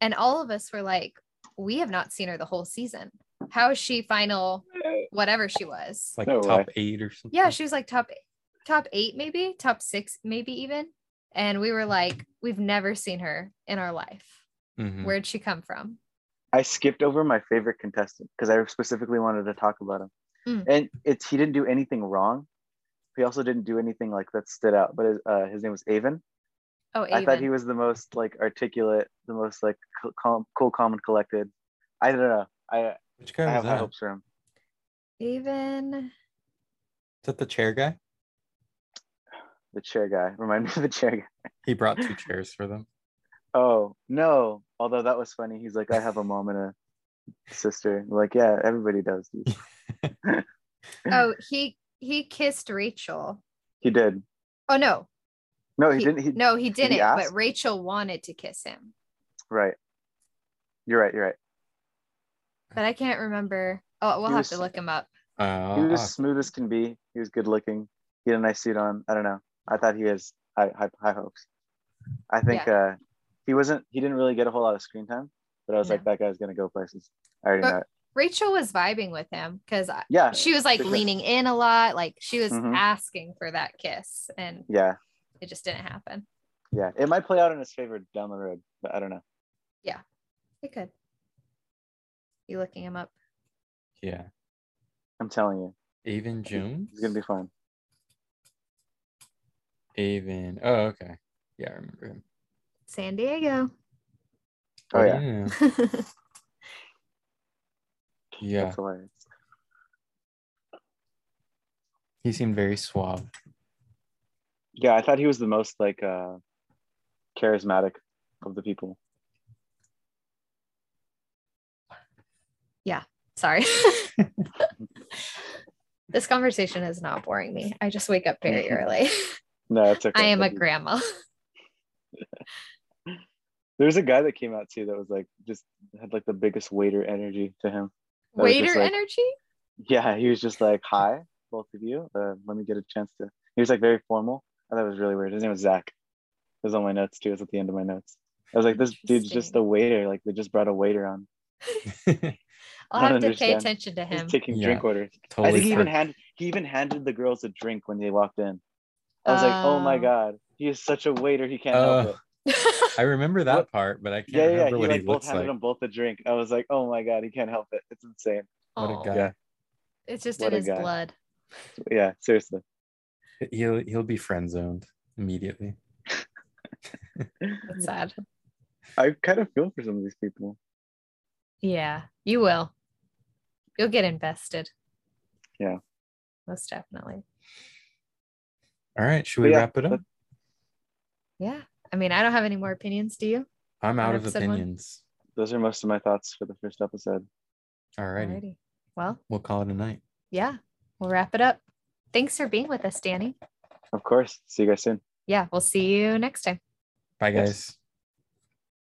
[SPEAKER 1] and all of us were like, we have not seen her the whole season. How is she final? Whatever she was.
[SPEAKER 3] It's like
[SPEAKER 2] No
[SPEAKER 3] top eight or something.
[SPEAKER 1] yeah she was like top top eight maybe top six maybe even and we were like we've never seen her in our life
[SPEAKER 3] Mhm.
[SPEAKER 1] where'd she come from
[SPEAKER 2] I skipped over my favorite contestant because I specifically wanted to talk about him.
[SPEAKER 1] Mm.
[SPEAKER 2] And it's he didn't do anything wrong. He also didn't do anything like that stood out. But his, uh, his name was Avon.
[SPEAKER 1] oh
[SPEAKER 2] I thought he
[SPEAKER 1] Avon.
[SPEAKER 2] was the most like articulate, the most like co- calm, cool, calm, and collected. I don't know. I,
[SPEAKER 3] Which
[SPEAKER 2] I
[SPEAKER 3] guy was
[SPEAKER 2] have high
[SPEAKER 3] that? Is
[SPEAKER 2] hopes for him.
[SPEAKER 1] Avon.
[SPEAKER 3] that the chair guy?
[SPEAKER 2] The chair guy. Remind me of the chair guy.
[SPEAKER 3] He brought two chairs for them.
[SPEAKER 2] Oh no! Although that was funny. He's like, I have a mom and a sister. I'm like, yeah, everybody does. dude."
[SPEAKER 1] oh he he kissed rachel
[SPEAKER 2] He did.
[SPEAKER 1] oh no
[SPEAKER 2] No, Oh, he, didn't. He
[SPEAKER 1] no he didn't
[SPEAKER 2] ask?
[SPEAKER 1] but rachel wanted to kiss him
[SPEAKER 2] right. You're right. You're right.
[SPEAKER 1] but i can't remember oh we'll
[SPEAKER 2] He
[SPEAKER 1] have
[SPEAKER 2] was-
[SPEAKER 1] to look him up
[SPEAKER 3] Uh,
[SPEAKER 2] He was smooth as can be. He was good looking. He had a nice suit on. I don't know. I thought he has high high, high hopes. I think uh, he wasn't. He didn't really get a whole lot of screen time. But I was like, that guy's gonna go places. I already
[SPEAKER 1] But-
[SPEAKER 2] know. It.
[SPEAKER 1] rachel was vibing with him because
[SPEAKER 2] Yeah.
[SPEAKER 1] Uh, she was like
[SPEAKER 2] because-
[SPEAKER 1] leaning in a lot like she was
[SPEAKER 2] Mhm.
[SPEAKER 1] asking for that kiss and
[SPEAKER 2] Yeah.
[SPEAKER 1] it just didn't happen
[SPEAKER 2] Yeah. It might play out in his favor down the road, but I don't know.
[SPEAKER 1] it could you looking him up
[SPEAKER 3] yeah.
[SPEAKER 2] I'm telling you,
[SPEAKER 3] Avon Jones.
[SPEAKER 2] he's gonna be fine.
[SPEAKER 3] Avon. Oh, okay. Yeah, I remember him.
[SPEAKER 1] San Diego.
[SPEAKER 2] Oh yeah.
[SPEAKER 3] yeah. Yeah.
[SPEAKER 2] That's hilarious.
[SPEAKER 3] He seemed very suave.
[SPEAKER 2] Yeah, I thought he was the most like uh charismatic of the people.
[SPEAKER 1] Sorry. this conversation is not boring me. I just wake up very early.
[SPEAKER 2] No, that's okay.
[SPEAKER 1] I am a
[SPEAKER 2] That'd be-
[SPEAKER 1] grandma.
[SPEAKER 2] There's a guy that came out too that was like just had like the biggest waiter energy to him. was
[SPEAKER 1] Waiter
[SPEAKER 2] just like-
[SPEAKER 1] energy?
[SPEAKER 2] Yeah, he was just like, "Hi, both of you. Uh, let me get a chance to." He was like very formal. I thought it was really weird. His name was Zach. It was on my notes too. It was at the end of my notes. I was like, "This dude's just
[SPEAKER 1] Interesting.
[SPEAKER 2] a waiter. Like they just brought a waiter on.
[SPEAKER 1] I'll
[SPEAKER 2] I
[SPEAKER 1] have
[SPEAKER 2] don't
[SPEAKER 1] to pay
[SPEAKER 2] understand.
[SPEAKER 1] attention to
[SPEAKER 2] He's
[SPEAKER 1] him.
[SPEAKER 2] taking
[SPEAKER 3] Yeah.
[SPEAKER 2] drink orders." I
[SPEAKER 3] totally.
[SPEAKER 2] think he even
[SPEAKER 3] for-
[SPEAKER 2] had he even handed the girls a drink when they walked in. I was like, "Oh my
[SPEAKER 1] Oh.
[SPEAKER 2] god, he is such a waiter. He can't help
[SPEAKER 3] Oh,
[SPEAKER 2] it."
[SPEAKER 3] I remember that
[SPEAKER 2] What-
[SPEAKER 3] part, but I can't
[SPEAKER 2] yeah, yeah, yeah.
[SPEAKER 3] remember
[SPEAKER 2] He
[SPEAKER 3] what
[SPEAKER 2] like
[SPEAKER 3] he
[SPEAKER 2] both
[SPEAKER 3] looks
[SPEAKER 2] handed
[SPEAKER 3] like.
[SPEAKER 2] them both a drink. I was like, oh my god, he can't help it. It's insane.
[SPEAKER 3] What
[SPEAKER 1] Oh,
[SPEAKER 3] a guy.
[SPEAKER 2] Yeah.
[SPEAKER 1] It's just
[SPEAKER 2] What
[SPEAKER 1] in
[SPEAKER 2] a
[SPEAKER 1] his
[SPEAKER 2] guy.
[SPEAKER 1] blood.
[SPEAKER 2] Yeah, seriously.
[SPEAKER 3] He'll he'll be friend zoned immediately.
[SPEAKER 1] It's sad.
[SPEAKER 2] I kind of feel for some of these people.
[SPEAKER 1] Yeah, you will. You'll get invested.
[SPEAKER 2] Yeah.
[SPEAKER 1] Most definitely.
[SPEAKER 3] All right, should
[SPEAKER 2] But
[SPEAKER 3] we
[SPEAKER 2] yeah,
[SPEAKER 3] wrap it up?
[SPEAKER 2] that's-
[SPEAKER 1] Yeah. I mean, I don't have any more opinions, do you?
[SPEAKER 3] I'm out of
[SPEAKER 1] episode one.
[SPEAKER 3] opinions.
[SPEAKER 2] Those are most of my thoughts for the first episode.
[SPEAKER 3] All righty.
[SPEAKER 1] Alrighty. Well,
[SPEAKER 3] We'll call it a night.
[SPEAKER 1] yeah, we'll wrap it up. Thanks for being with us, Danny.
[SPEAKER 2] Of course. See you guys soon.
[SPEAKER 1] Yeah, we'll see you next time.
[SPEAKER 3] Bye,
[SPEAKER 2] Yes.
[SPEAKER 3] guys.